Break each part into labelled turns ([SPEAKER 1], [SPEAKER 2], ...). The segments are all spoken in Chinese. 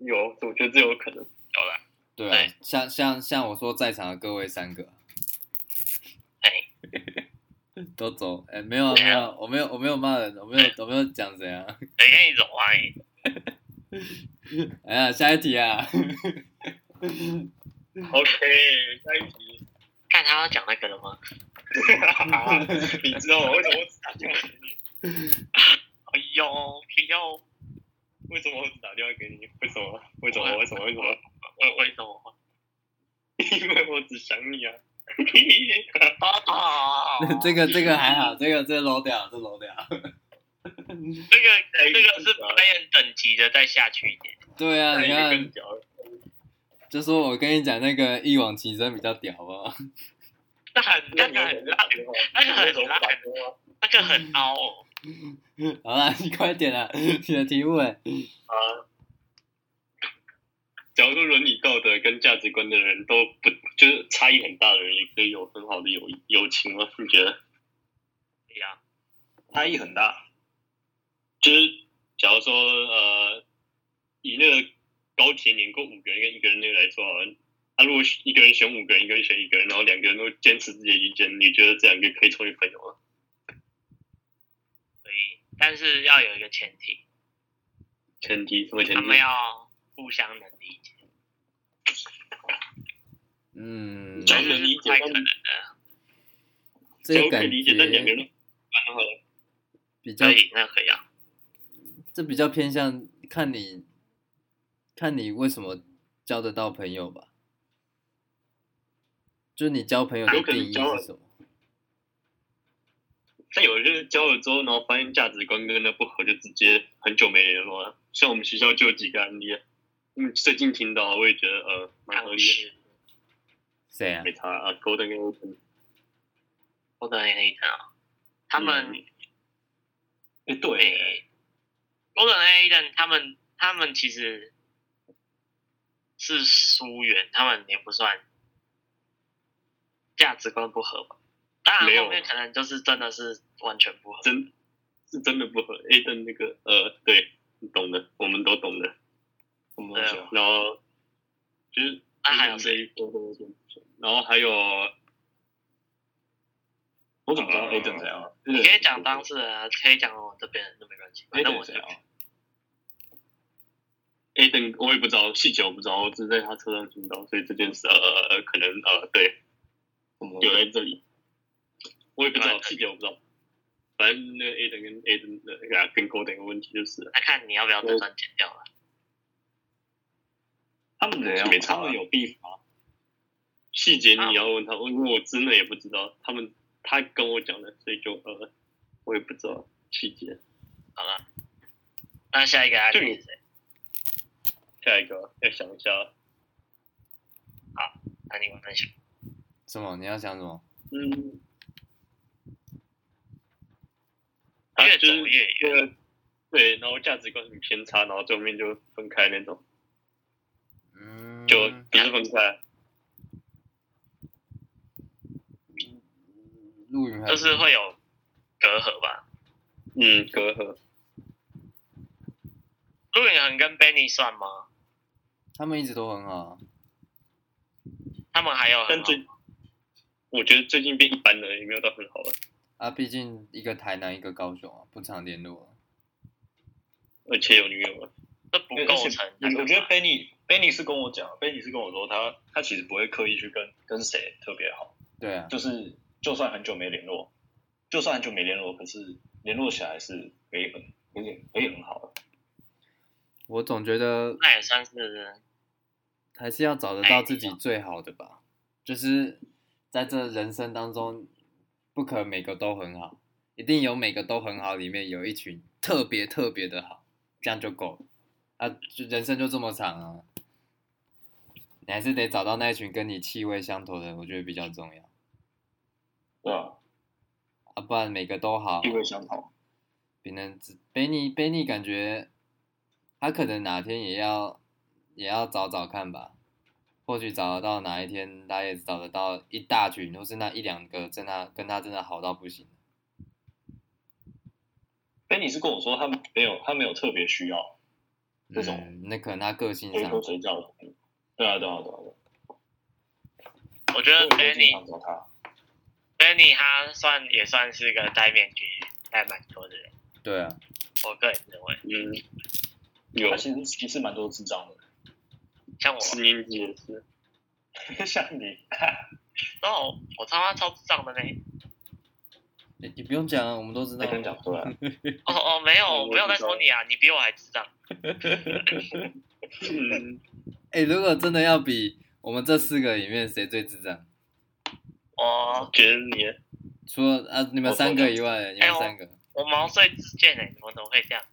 [SPEAKER 1] 有，我觉得这有可能。
[SPEAKER 2] 有啦，
[SPEAKER 3] 对
[SPEAKER 2] 对
[SPEAKER 3] 啊，像像像我说在场的各位三 个，
[SPEAKER 2] 哎，
[SPEAKER 3] 都走，哎、没有啊，没有啊，我没有我没有骂人，我没有我没有讲谁啊，
[SPEAKER 2] 谁跟你走啊？你
[SPEAKER 3] 哎呀，下一题啊，，
[SPEAKER 1] OK，下一题。
[SPEAKER 2] 看他要讲那个了吗？
[SPEAKER 1] 啊你知道吗？为什么我只打电话给你？
[SPEAKER 2] 哎呦，不要！
[SPEAKER 1] 为什么我只打电话给你？为什么？为什么？为什么？为什么？
[SPEAKER 2] 为为什么？
[SPEAKER 1] 因为我只想你啊！
[SPEAKER 2] 哦
[SPEAKER 1] 啊
[SPEAKER 3] 这个这个还好，这个这个 low 掉，这 low 掉，
[SPEAKER 2] 这个这个是
[SPEAKER 1] 哎
[SPEAKER 2] Brian 等级的，再下去一点。
[SPEAKER 3] 对啊，你
[SPEAKER 1] 那一
[SPEAKER 3] 看
[SPEAKER 1] 个更，屌了
[SPEAKER 3] 就说我跟你讲那个一往情深比较屌哦吧，
[SPEAKER 2] 那很那个很烂，那 个
[SPEAKER 1] 那
[SPEAKER 2] 很
[SPEAKER 1] 种
[SPEAKER 2] 烂，
[SPEAKER 1] 打电话
[SPEAKER 2] 那个很凹哦。
[SPEAKER 3] 好啦，你快点啊，你的题目哎，
[SPEAKER 1] 啊！假如说伦理道德跟价值观的人都不就是差异很大的人，也可以有很好的友谊友情吗？你觉得？
[SPEAKER 2] 对哎呀，
[SPEAKER 1] 差异很大。就是假如说呃，以那个高铁碾过五个人跟一个人那个来说好了，他、如果一个人选五个人，一个人选一个人，然后两个人都坚持自己的意见，你觉得这两个可以成为朋友吗？
[SPEAKER 2] 所以但是要有一个前提，
[SPEAKER 1] 前提什么前
[SPEAKER 2] 他
[SPEAKER 1] 提？
[SPEAKER 2] 们要互相能理解，
[SPEAKER 3] 嗯，
[SPEAKER 1] 这
[SPEAKER 2] 但
[SPEAKER 1] 样
[SPEAKER 2] 是
[SPEAKER 1] 能理
[SPEAKER 2] 是
[SPEAKER 1] 解
[SPEAKER 2] 不太可能的。
[SPEAKER 3] 这个
[SPEAKER 1] 我可以
[SPEAKER 3] 感
[SPEAKER 1] 理解，但两个
[SPEAKER 3] 觉
[SPEAKER 1] 人都蛮好的。
[SPEAKER 3] 比较
[SPEAKER 2] 可以，那可以啊。
[SPEAKER 3] 这比较偏向看你，看你为什么交得到朋友吧。就是你交朋友的
[SPEAKER 1] 有可能
[SPEAKER 3] 定义
[SPEAKER 1] 交了
[SPEAKER 3] 是什么？
[SPEAKER 1] 但有的就是交了之后，然后发现价值观跟那不合，就直接很久没联络了。像我们学校就有几个案例，嗯，最近听到我也觉得呃蛮合
[SPEAKER 2] 当
[SPEAKER 1] 理的，
[SPEAKER 2] 时
[SPEAKER 3] 谁啊
[SPEAKER 1] 没？差啊，勾搭跟欧腾。
[SPEAKER 2] 我的那一等啊，他们
[SPEAKER 1] 嗯哎、对耶，
[SPEAKER 2] 诶 Golden A 但他们他们其实是疏远，他们也不算价值观不合吧。当
[SPEAKER 1] 没
[SPEAKER 2] 然
[SPEAKER 1] 有
[SPEAKER 2] 后面可能就是真的是完全不合。
[SPEAKER 1] 真是真的不合。A 的那个呃，对，你懂的，我们都懂的。我们
[SPEAKER 2] 都懂
[SPEAKER 1] 然后就是
[SPEAKER 2] 那还有
[SPEAKER 1] 这一波都是然后还有，我怎么知道 A 正谁啊？
[SPEAKER 2] 你可以讲当事人啊，可以讲我这边人都没关系，反正我是
[SPEAKER 1] 啊 A 等我也不知道细节，我不知道，我只是在他车上听到，所以这件事呃可能呃对，有在这里，我也不知道细节，我不知道。反正那个 A 等跟 A 等的那个跟 g o l 的问题就是了，
[SPEAKER 2] 那看你要不要这段剪掉了。
[SPEAKER 1] 他们
[SPEAKER 4] 怎样
[SPEAKER 1] 没差啊
[SPEAKER 4] 他们
[SPEAKER 1] 有必罚。细节你要问他，因为我真的也不知道，他们他跟我讲的，所以就呃我也不知道细节。
[SPEAKER 2] 好了，那下一个案例是谁？
[SPEAKER 1] 下一个要想一下，
[SPEAKER 2] 那你们分享。
[SPEAKER 3] 什么？你要想什么？
[SPEAKER 1] 嗯，啊
[SPEAKER 2] 越
[SPEAKER 1] 就
[SPEAKER 2] 走
[SPEAKER 1] 是
[SPEAKER 2] 越远，
[SPEAKER 1] 那个对，然后价值观很偏差，然后最后面就分开那种，
[SPEAKER 3] 嗯，
[SPEAKER 1] 就不是分开，啊
[SPEAKER 3] 陆云还
[SPEAKER 2] 就是会有隔阂吧。
[SPEAKER 1] 嗯，隔阂。
[SPEAKER 2] 陆永恒跟 Benny 算吗？
[SPEAKER 3] 他们一直都很好啊。
[SPEAKER 2] 他们还有很
[SPEAKER 1] 但
[SPEAKER 2] 好
[SPEAKER 1] 最我觉得最近变一般了，也没有到很好了，
[SPEAKER 3] 啊，毕竟一个台南，一个高雄啊，不常联络啊。
[SPEAKER 1] 而且有女友了。
[SPEAKER 2] 这不构成那
[SPEAKER 4] 而且
[SPEAKER 2] 个吧。
[SPEAKER 4] 我觉得 Benny Benny 是跟我讲，Benny 是跟我说他他其实不会刻意去跟跟谁特别好，
[SPEAKER 3] 对啊，
[SPEAKER 4] 就是就算很久没联络，就算很久没联络，可是联络起来是可以很可以可以很好的。
[SPEAKER 3] 我总觉得
[SPEAKER 2] 那也算是
[SPEAKER 3] 还是要找得到自己最好的吧。就是在这人生当中，不可每个都很好，一定有每个都很好里面有一群特别特别的好，这样就够了。啊，就人生就这么长啊，你还是得找到那一群跟你气味相投的，我觉得比较重要。
[SPEAKER 4] 对啊，
[SPEAKER 3] 啊，不然每个都好
[SPEAKER 4] 地，位相同，
[SPEAKER 3] 比能贝尼贝尼感觉他可能哪天也要也要找找看吧，或许找得到哪一天他也找得到一大群，或是那一两个真的跟他真的好到不行。
[SPEAKER 4] Benny 是跟我说他没有他没有特别需要，这种
[SPEAKER 3] 嗯，那可能他个性
[SPEAKER 4] 随
[SPEAKER 3] 上
[SPEAKER 4] 口随叫的。对啊，对啊，对啊，对啊。
[SPEAKER 2] 我觉得
[SPEAKER 4] 所以我就经
[SPEAKER 2] Benny
[SPEAKER 4] 常找他。
[SPEAKER 2] Benny 他算也算是个戴面具戴蛮多的人，
[SPEAKER 3] 对啊，
[SPEAKER 2] 我个人认为，
[SPEAKER 1] 嗯，有
[SPEAKER 4] 他其实其实蛮多智障
[SPEAKER 2] 像我，
[SPEAKER 1] 四年级也是，
[SPEAKER 4] 的， 像你，
[SPEAKER 2] 然后哦我我他妈超智障的呢。
[SPEAKER 3] 你你不用讲啊，我们都知道
[SPEAKER 4] 那。跟你讲出来，
[SPEAKER 2] 哦哦，没有，
[SPEAKER 1] 嗯
[SPEAKER 2] 我没有在说你啊，你比我还智障。
[SPEAKER 1] 嗯，
[SPEAKER 3] 哎、如果真的要比我们这四个里面谁最智障，
[SPEAKER 2] 我
[SPEAKER 1] 呃觉得你
[SPEAKER 3] 除了啊你们
[SPEAKER 4] 我
[SPEAKER 3] 三
[SPEAKER 4] 我
[SPEAKER 3] 个以外，你
[SPEAKER 2] 哎
[SPEAKER 3] 们
[SPEAKER 2] 我
[SPEAKER 3] 三个，
[SPEAKER 2] 我毛遂自荐哎、你们怎么会这样？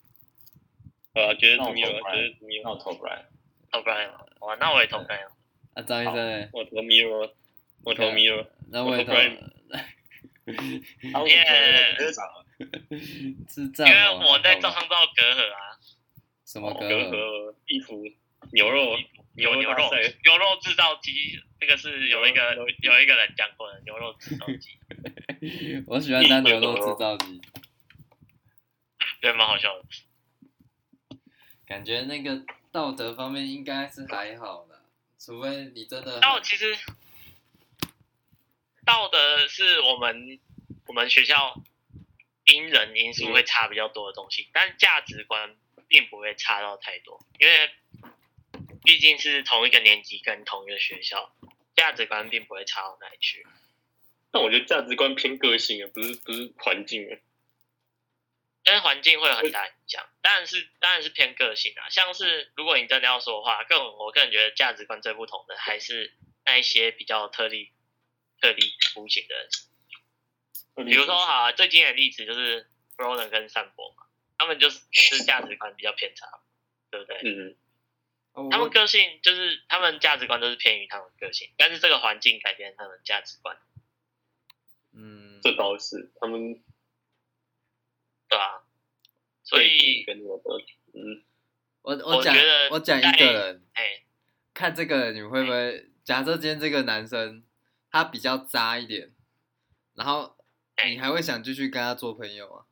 [SPEAKER 1] 啊，觉得
[SPEAKER 4] 那我
[SPEAKER 1] 你有，
[SPEAKER 4] 投
[SPEAKER 1] 觉
[SPEAKER 4] Brian
[SPEAKER 1] 得你有，
[SPEAKER 4] 那我投 Brian，
[SPEAKER 2] 投 Brian 吗？哇，那我也投 Brian。
[SPEAKER 3] 啊张医生呢？
[SPEAKER 1] 我投 Miro，我投 Miro，
[SPEAKER 3] 那
[SPEAKER 1] 我
[SPEAKER 3] 我也
[SPEAKER 1] 投
[SPEAKER 3] 投
[SPEAKER 1] Brian
[SPEAKER 4] 他为什么觉得我
[SPEAKER 2] Yeah
[SPEAKER 4] 智障了？
[SPEAKER 3] 智障
[SPEAKER 2] 因
[SPEAKER 3] 哦，
[SPEAKER 2] 为我在
[SPEAKER 3] 造
[SPEAKER 2] 照上造隔阂啊，
[SPEAKER 3] 什么哦
[SPEAKER 1] 隔
[SPEAKER 3] 隔阂？
[SPEAKER 1] 阂衣服牛肉
[SPEAKER 2] 有牛
[SPEAKER 1] 大
[SPEAKER 2] 肉
[SPEAKER 1] 赛
[SPEAKER 2] 牛肉制造机，这个是有一个
[SPEAKER 1] 牛肉
[SPEAKER 2] 有一个人讲过的牛肉制造机，
[SPEAKER 3] 我喜欢当牛肉制造机，
[SPEAKER 2] 对，蛮好笑的。
[SPEAKER 3] 感觉那个道德方面应该是还好啦，除非你真的
[SPEAKER 2] 但我其实道德是我们我们学校因人因素会差比较多的东西，但价值观并不会差到太多，因为毕竟是同一个年级跟同一个学校，价值观并不会差到哪里去。
[SPEAKER 1] 但我觉得价值观偏个性啊，不是不是环境啊。
[SPEAKER 2] 但是环境会有很大影响，当然是当然是偏个性啊。像是如果你真的要说的话，更我个人觉得价值观最不同的还是那一些比较特立特立独行的人，比如说哈，最经典的例子就是 Ronan 跟散博嘛，他们就是是价值观比较偏差，对不对？
[SPEAKER 1] 嗯，
[SPEAKER 3] 哦
[SPEAKER 2] 他
[SPEAKER 3] 我
[SPEAKER 2] 们个性就是他们价值观都是偏于他们个性，但是这个环境改变他们价值观，
[SPEAKER 3] 嗯，
[SPEAKER 1] 这倒是他们
[SPEAKER 2] 对吧、所
[SPEAKER 1] 背景
[SPEAKER 2] 以，
[SPEAKER 1] 跟我的，嗯，
[SPEAKER 3] 我
[SPEAKER 2] 我
[SPEAKER 3] 讲
[SPEAKER 2] 觉得
[SPEAKER 3] 我讲一
[SPEAKER 2] 在
[SPEAKER 3] 个人，
[SPEAKER 2] 哎，
[SPEAKER 3] 看这个你会不会？假设今天这个男生他比较渣一点，然后
[SPEAKER 2] 哎
[SPEAKER 3] 你还会想继续跟他做朋友啊？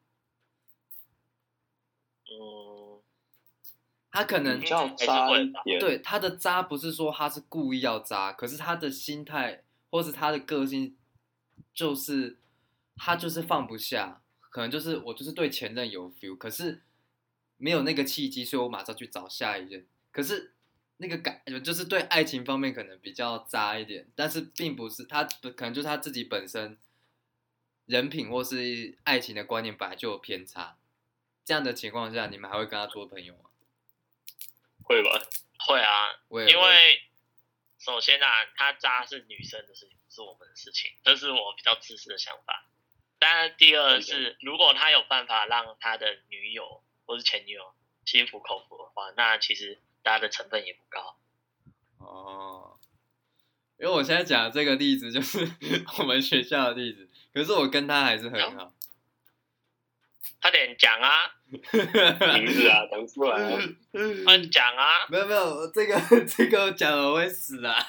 [SPEAKER 2] 嗯，
[SPEAKER 3] 他可能
[SPEAKER 4] 比较渣一点，，
[SPEAKER 3] 对他的渣不是说他是故意要渣，可是他的心态或是他的个性，就是他就是放不下，可能就是我就是对前任有 feel，可是没有那个契机，所以我马上去找下一任。可是那个感就是对爱情方面可能比较渣一点，但是并不是他可能就是他自己本身人品或是爱情的观念本来就有偏差。这样的情况下，你们还会跟他做朋友吗？
[SPEAKER 1] 会吧？
[SPEAKER 2] 会啊，
[SPEAKER 3] 我也
[SPEAKER 2] 因
[SPEAKER 3] 会
[SPEAKER 2] 为首先啊，他渣是女生的事情，不是我们的事情，这是我比较自私的想法。当然，第二是如果他有办法让他的女友或是前女友心服口服的话，那其实大家的成本也不高。
[SPEAKER 3] 哦，因为我现在讲的这个例子就是 我们学校的例子，可是我跟他还是很好。
[SPEAKER 2] 快点讲啊，
[SPEAKER 1] 名字啊，讲出来啊，
[SPEAKER 3] 嗯
[SPEAKER 2] 快点讲啊，
[SPEAKER 3] 没有没有，这个这个我讲了我会死啊！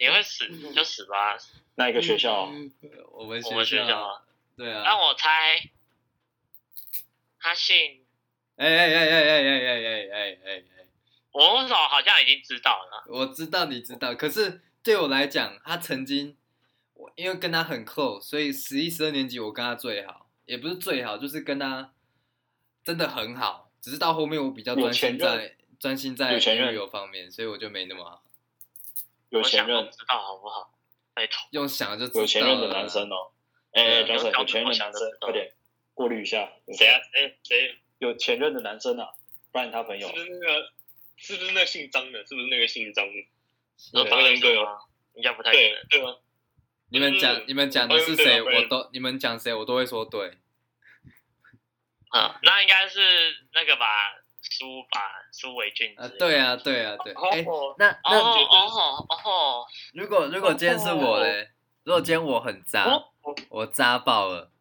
[SPEAKER 2] 你会死你就死吧。
[SPEAKER 4] 那一个
[SPEAKER 3] 嗯
[SPEAKER 4] 学校，哦
[SPEAKER 3] 我们
[SPEAKER 2] 我们学校
[SPEAKER 3] 校
[SPEAKER 2] 啊，
[SPEAKER 3] 对啊，
[SPEAKER 2] 让我猜，他姓
[SPEAKER 3] 哎哎哎哎哎哎哎哎哎哎哎，
[SPEAKER 2] 我为什么好像已经知道了？
[SPEAKER 3] 我知道你知道，可是对我来讲，他曾经我因为跟他很扣，所以十一十二年级我跟他最好，也不是最好，就是跟他真的很好，只是到后面我比较
[SPEAKER 4] 有
[SPEAKER 3] 专
[SPEAKER 4] 前
[SPEAKER 3] 心
[SPEAKER 4] 任
[SPEAKER 3] 在专心在
[SPEAKER 4] 有前任
[SPEAKER 3] 旅游方面，所以我就没那么好。
[SPEAKER 4] 有
[SPEAKER 2] 我
[SPEAKER 4] 前
[SPEAKER 2] 想都
[SPEAKER 4] 任
[SPEAKER 2] 知道好不好？拜托。
[SPEAKER 3] 用想就知道了
[SPEAKER 4] 有前任的男生哦，哎，
[SPEAKER 3] 对
[SPEAKER 4] 张
[SPEAKER 3] 啊
[SPEAKER 2] 有
[SPEAKER 4] 婶有前任的男生，快点过滤一下，
[SPEAKER 1] 谁啊？谁谁？
[SPEAKER 4] 有前任的男生啊，不然他朋友
[SPEAKER 1] 是不是那个？是不是那个姓张的？是不是那个姓张的？
[SPEAKER 2] 有
[SPEAKER 1] 对
[SPEAKER 2] 唐人
[SPEAKER 1] 对
[SPEAKER 2] 街吗？应该不太可
[SPEAKER 1] 对
[SPEAKER 2] 能。
[SPEAKER 1] 对吗？
[SPEAKER 3] 你们讲你们讲的是谁，
[SPEAKER 1] 嗯对啊
[SPEAKER 3] 我都你们讲谁，我都会说对。
[SPEAKER 2] 嗯，那应该是那个吧，苏吧，苏维俊之
[SPEAKER 3] 啊，
[SPEAKER 2] 类的。
[SPEAKER 3] 对啊，对啊，对。哎，
[SPEAKER 1] 哦，
[SPEAKER 3] 那
[SPEAKER 2] 哦。
[SPEAKER 3] 那
[SPEAKER 2] 哦吼哦吼，
[SPEAKER 3] 如果如果今天是我嘞，如果今天我很渣，我渣爆了，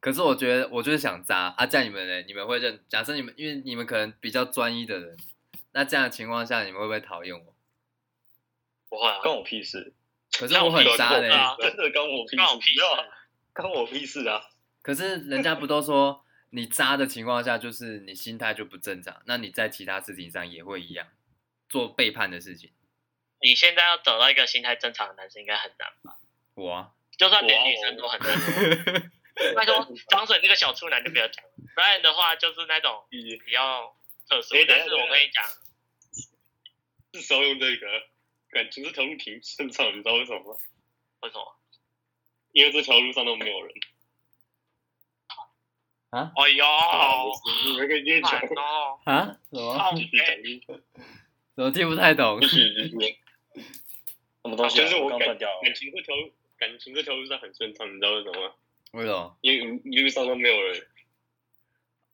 [SPEAKER 3] 可是我觉得我就是想渣啊，这样你们嘞，你们会认？假设你们因为你们可能比较专一的人，那这样的情况下，你们会不会讨厌我？
[SPEAKER 2] 不会啊，
[SPEAKER 4] 关我屁事，
[SPEAKER 3] 可是我很渣
[SPEAKER 1] 啊
[SPEAKER 3] 啊嘞，
[SPEAKER 2] 那我
[SPEAKER 4] 真的关我屁
[SPEAKER 2] 关我
[SPEAKER 4] 事，
[SPEAKER 2] 屁事
[SPEAKER 4] 没有啊，关我屁事啊！
[SPEAKER 3] 可是人家不都说，你渣的情况下，就是你心态就不正常，那你在其他事情上也会一样做背叛的事情。
[SPEAKER 2] 你现在要找到一个心态正常的男生应该很难吧？
[SPEAKER 3] 我啊，
[SPEAKER 2] 就算连
[SPEAKER 1] 哇哦
[SPEAKER 2] 女生都很难。拜托，张水那个小处男就不要讲了，Brian 的话就是那种
[SPEAKER 1] 你
[SPEAKER 2] 比较特殊
[SPEAKER 1] 哎，等
[SPEAKER 2] 但
[SPEAKER 1] 一下
[SPEAKER 2] 是我跟你讲，
[SPEAKER 1] 是时候用这个感情这条路挺顺畅，你知道为什么吗？
[SPEAKER 2] 为什么？
[SPEAKER 1] 因为这条路上都没有人。
[SPEAKER 2] 哎呦，
[SPEAKER 1] 你们可以继续讲
[SPEAKER 2] 烦， 哦，
[SPEAKER 3] 啊？什么？
[SPEAKER 2] 靠
[SPEAKER 1] 继续
[SPEAKER 2] 背，
[SPEAKER 1] 讲，
[SPEAKER 3] 怎么听不太懂
[SPEAKER 1] 继？续
[SPEAKER 2] 哎
[SPEAKER 1] 继续。
[SPEAKER 4] 什么东西、啊？
[SPEAKER 1] 就是
[SPEAKER 4] 我
[SPEAKER 1] 我
[SPEAKER 4] 刚
[SPEAKER 1] 感
[SPEAKER 4] 断掉了。
[SPEAKER 1] 感情这条路感情这条路上很顺畅，你知道为什么吗？
[SPEAKER 3] 为什么？
[SPEAKER 1] 因为一路上都没有人。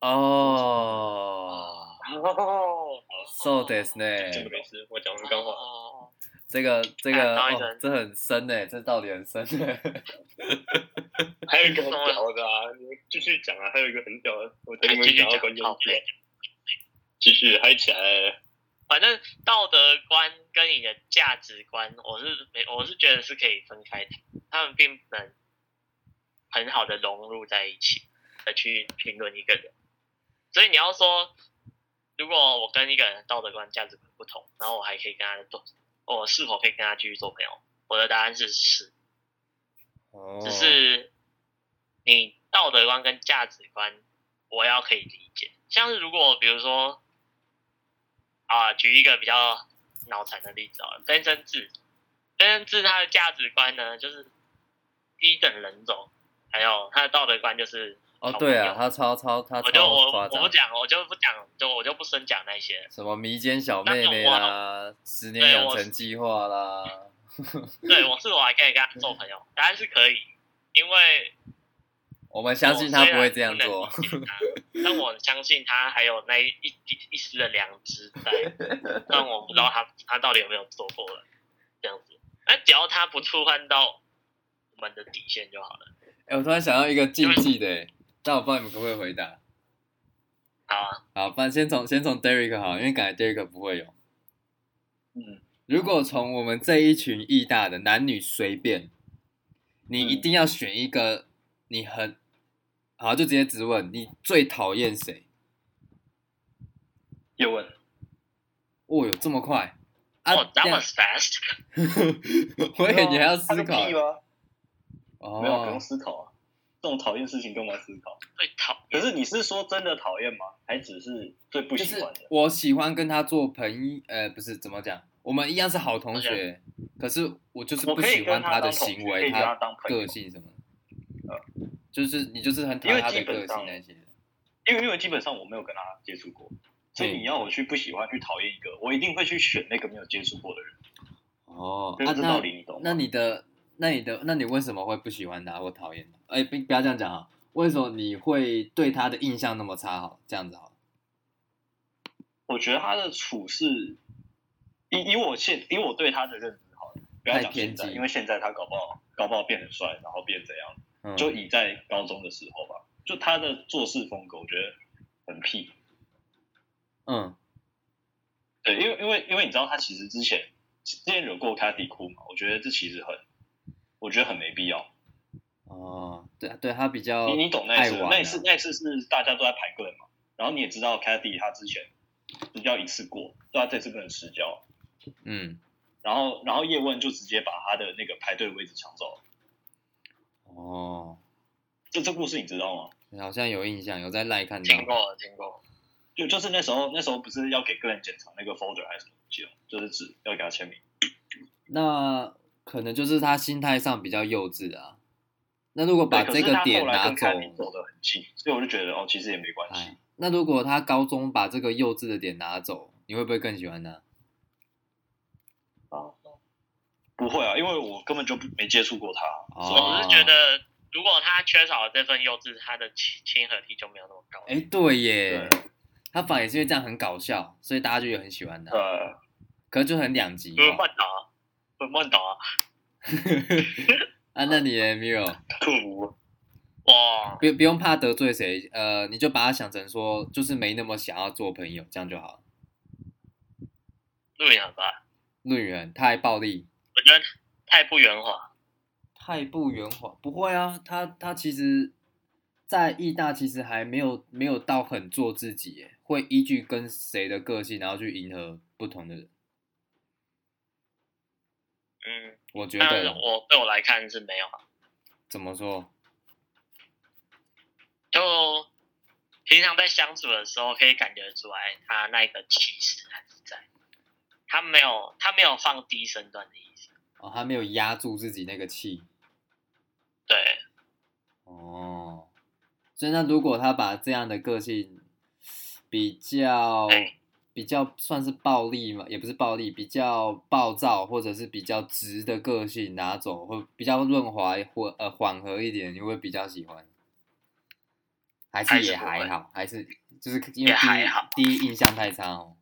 [SPEAKER 3] 哦，
[SPEAKER 1] 哦，
[SPEAKER 3] so this 呢？
[SPEAKER 2] 哎
[SPEAKER 1] 这个没事，我讲的刚好。
[SPEAKER 2] 哦
[SPEAKER 3] 这个这个、
[SPEAKER 2] 哎看到一个
[SPEAKER 3] 哦、这很深呢，这道理很 深呢。
[SPEAKER 2] 哎
[SPEAKER 1] 还有一个很屌的啊，你们继续讲啊，还有一个很屌的，我等你们
[SPEAKER 2] 哎继续
[SPEAKER 1] 讲到
[SPEAKER 2] 讲
[SPEAKER 1] 关键
[SPEAKER 2] 靠
[SPEAKER 1] 字
[SPEAKER 2] 背。
[SPEAKER 1] 继续嗨起来！
[SPEAKER 2] 反正道德观跟你的价值观，我是没，我是觉得是可以分开的，他们并不能很好的融入在一起的去评论一个人。所以你要说，如果我跟一个人的道德观、价值观不同，然后我还可以跟他做，我是否可以跟他继续做朋友？我的答案是是，
[SPEAKER 3] 哦，
[SPEAKER 2] 只是你道德观跟价值观，我要可以理解。像是如果比如说，啊、举一个比较脑残的例子啊，曾生智，曾生智他的价值观呢，就是低等人种，还有他的道德观就是，
[SPEAKER 3] 哦，对啊，他超超他
[SPEAKER 2] 我就
[SPEAKER 3] 超
[SPEAKER 2] 我
[SPEAKER 3] 夸
[SPEAKER 2] 我不
[SPEAKER 3] 张，
[SPEAKER 2] 讲，我就不讲，就我就不深讲那些。
[SPEAKER 3] 什么迷奸小妹妹啦，十年
[SPEAKER 2] 对
[SPEAKER 3] 养
[SPEAKER 2] 我
[SPEAKER 3] 成计划啦，
[SPEAKER 2] 对我是我还可以跟他做朋友，当然是可以，因为
[SPEAKER 3] 我们相信他不会这样做
[SPEAKER 2] 我。虽然不能理解他但我相信他还有那一一一丝的良知在，但我不知道他他到底有没有做过了这样子。那只要他不触犯到我们的底线就好了。
[SPEAKER 3] 哎、我突然想到一个禁忌的欸，但我不知道你们可不可以回答。
[SPEAKER 2] 好啊，
[SPEAKER 3] 好，不然先从先从 Derek 好，因为感觉 Derek 不会有。
[SPEAKER 4] 嗯，
[SPEAKER 3] 如果从我们这一群义大的男女随
[SPEAKER 4] 嗯
[SPEAKER 3] 便，你一定要选一个你很好，就直接直问你最讨厌谁？
[SPEAKER 4] 叶问，
[SPEAKER 3] 哦哟，这么快啊！
[SPEAKER 2] 哦、
[SPEAKER 3] 这
[SPEAKER 2] that
[SPEAKER 3] 样
[SPEAKER 2] was fast。
[SPEAKER 3] 我以为你还 要思
[SPEAKER 4] 他个
[SPEAKER 3] 考
[SPEAKER 4] 屁吗？没有，不用
[SPEAKER 3] 哦，
[SPEAKER 4] 思考啊。这种讨厌事情干嘛思考？
[SPEAKER 2] 最讨
[SPEAKER 4] 可是你是说真的讨厌吗？还只是最不
[SPEAKER 3] 就
[SPEAKER 4] 喜
[SPEAKER 3] 是
[SPEAKER 4] 欢的？
[SPEAKER 3] 我喜欢跟他做朋友，呃，不是怎么讲，我们一样是好同学，可是我就是
[SPEAKER 4] 我
[SPEAKER 3] 不
[SPEAKER 4] 可以
[SPEAKER 3] 喜
[SPEAKER 4] 跟
[SPEAKER 3] 欢
[SPEAKER 4] 他
[SPEAKER 3] 的
[SPEAKER 4] 当同学，
[SPEAKER 3] 行
[SPEAKER 4] 可以
[SPEAKER 3] 为，
[SPEAKER 4] 跟他当朋友
[SPEAKER 3] 个，性什么的，就是你就是很讨厌他的个性那些的。
[SPEAKER 4] 因为因为基本上我没有跟他接触过，所以
[SPEAKER 3] 嗯
[SPEAKER 4] 你要我去不喜欢去讨厌一个，我一定会去选那个没有接触过的人。
[SPEAKER 3] 哦，
[SPEAKER 4] 就是这道理，你懂吗？
[SPEAKER 3] 那你的，那你的，那你为什么会不喜欢他或讨厌他？哎、不，不要这样讲啊！为什么你会对他的印象那么差？好，这样子好了。
[SPEAKER 4] 我觉得他的处事，以以我现以我对他的认知好了，不要
[SPEAKER 3] 太
[SPEAKER 4] 讲
[SPEAKER 3] 偏
[SPEAKER 4] 现在，
[SPEAKER 3] 激
[SPEAKER 4] 因为现在他搞不好搞不好变很帅，然后变怎样？
[SPEAKER 3] 嗯，
[SPEAKER 4] 就以在高中的时候吧，就他的做事风格，我觉得很屁。
[SPEAKER 3] 嗯，
[SPEAKER 4] 对，因为因为因为你知道他其实之前之前惹过 Cathy 哭嘛，我觉得这其实很，我觉得很没必要。
[SPEAKER 3] 哦，对对，他比较
[SPEAKER 4] 你你懂那一
[SPEAKER 3] 爱
[SPEAKER 4] 次？
[SPEAKER 3] 玩、啊，
[SPEAKER 4] 那一次那一次是大家都在排队嘛，然后你也知道 Cathy 他之前失交一次过，所以他这次不能失交。
[SPEAKER 3] 嗯，
[SPEAKER 4] 然后然后叶问就直接把他的那个排队位置抢走了。
[SPEAKER 3] 哦，
[SPEAKER 4] 这这故事你知道吗？
[SPEAKER 3] 好像有印象，有在赖看到
[SPEAKER 2] 听，过了，听过了。
[SPEAKER 4] 就就是那时候那时候不是要给个人检查那个 folder 还是什么东西哦，就是纸要给他签名。
[SPEAKER 3] 那可能就是他心态上比较幼稚啊。那如果把
[SPEAKER 4] 对，可
[SPEAKER 3] 这
[SPEAKER 4] 是
[SPEAKER 3] 个
[SPEAKER 4] 他
[SPEAKER 3] 点
[SPEAKER 4] 后来
[SPEAKER 3] 拿
[SPEAKER 4] 跟
[SPEAKER 3] 走，
[SPEAKER 4] 凯琳走得很近，所以我就觉得哦，其实也没关系。
[SPEAKER 3] 哎，那如果他高中把这个幼稚的点拿走，你会不会更喜欢他？
[SPEAKER 4] 啊，不会啊，因为我根本就不没接触过他，
[SPEAKER 3] 哦
[SPEAKER 4] 所以
[SPEAKER 2] 我只是觉得，如果他缺少了这份幼稚，他的亲亲和力就没有那么高。
[SPEAKER 3] 哎、对耶，
[SPEAKER 4] 对
[SPEAKER 3] 他反而也是因为这样很搞笑，所以大家就也很喜欢他，
[SPEAKER 4] 呃，
[SPEAKER 3] 可是就很两极
[SPEAKER 2] 不是
[SPEAKER 3] 哦。
[SPEAKER 2] 问倒啊，不是问倒啊，
[SPEAKER 3] 啊，那你呢，Miro，
[SPEAKER 4] 酷
[SPEAKER 2] 哇，
[SPEAKER 3] 不不用怕得罪谁，呃，你就把他想成说就是没那么想要做朋友，这样就好了。
[SPEAKER 2] 路远吧，
[SPEAKER 3] 论人太暴力，
[SPEAKER 2] 我觉得太不圆滑。
[SPEAKER 3] 太不圆滑，不会啊，他他其实在义大其实还没有没有到很做自己耶，会依据跟谁的个性，然后去迎合不同的人。
[SPEAKER 2] 嗯，
[SPEAKER 3] 我觉
[SPEAKER 2] 但是
[SPEAKER 3] 得
[SPEAKER 2] 我对我来看是没有啊，
[SPEAKER 3] 怎么说？
[SPEAKER 2] 就平常在相处的时候可以感觉出来他那个气势还是在，他没有他没有放低身段的意思，
[SPEAKER 3] 哦，他没有压住自己那个气。
[SPEAKER 2] 对，
[SPEAKER 3] 哦，所以那如果他把这样的个性比较
[SPEAKER 2] 哎
[SPEAKER 3] 比较算是暴力嘛，也不是暴力，比较暴躁或者是比较直的个性拿走，会比较润滑或呃缓和一点，你会比较喜欢，还
[SPEAKER 2] 还
[SPEAKER 3] 是
[SPEAKER 2] 是
[SPEAKER 3] 也
[SPEAKER 2] 不
[SPEAKER 3] 还
[SPEAKER 2] 会
[SPEAKER 3] 好，还是就是因
[SPEAKER 2] 也
[SPEAKER 3] 为第一
[SPEAKER 2] 还好
[SPEAKER 3] 第一印象太差哦，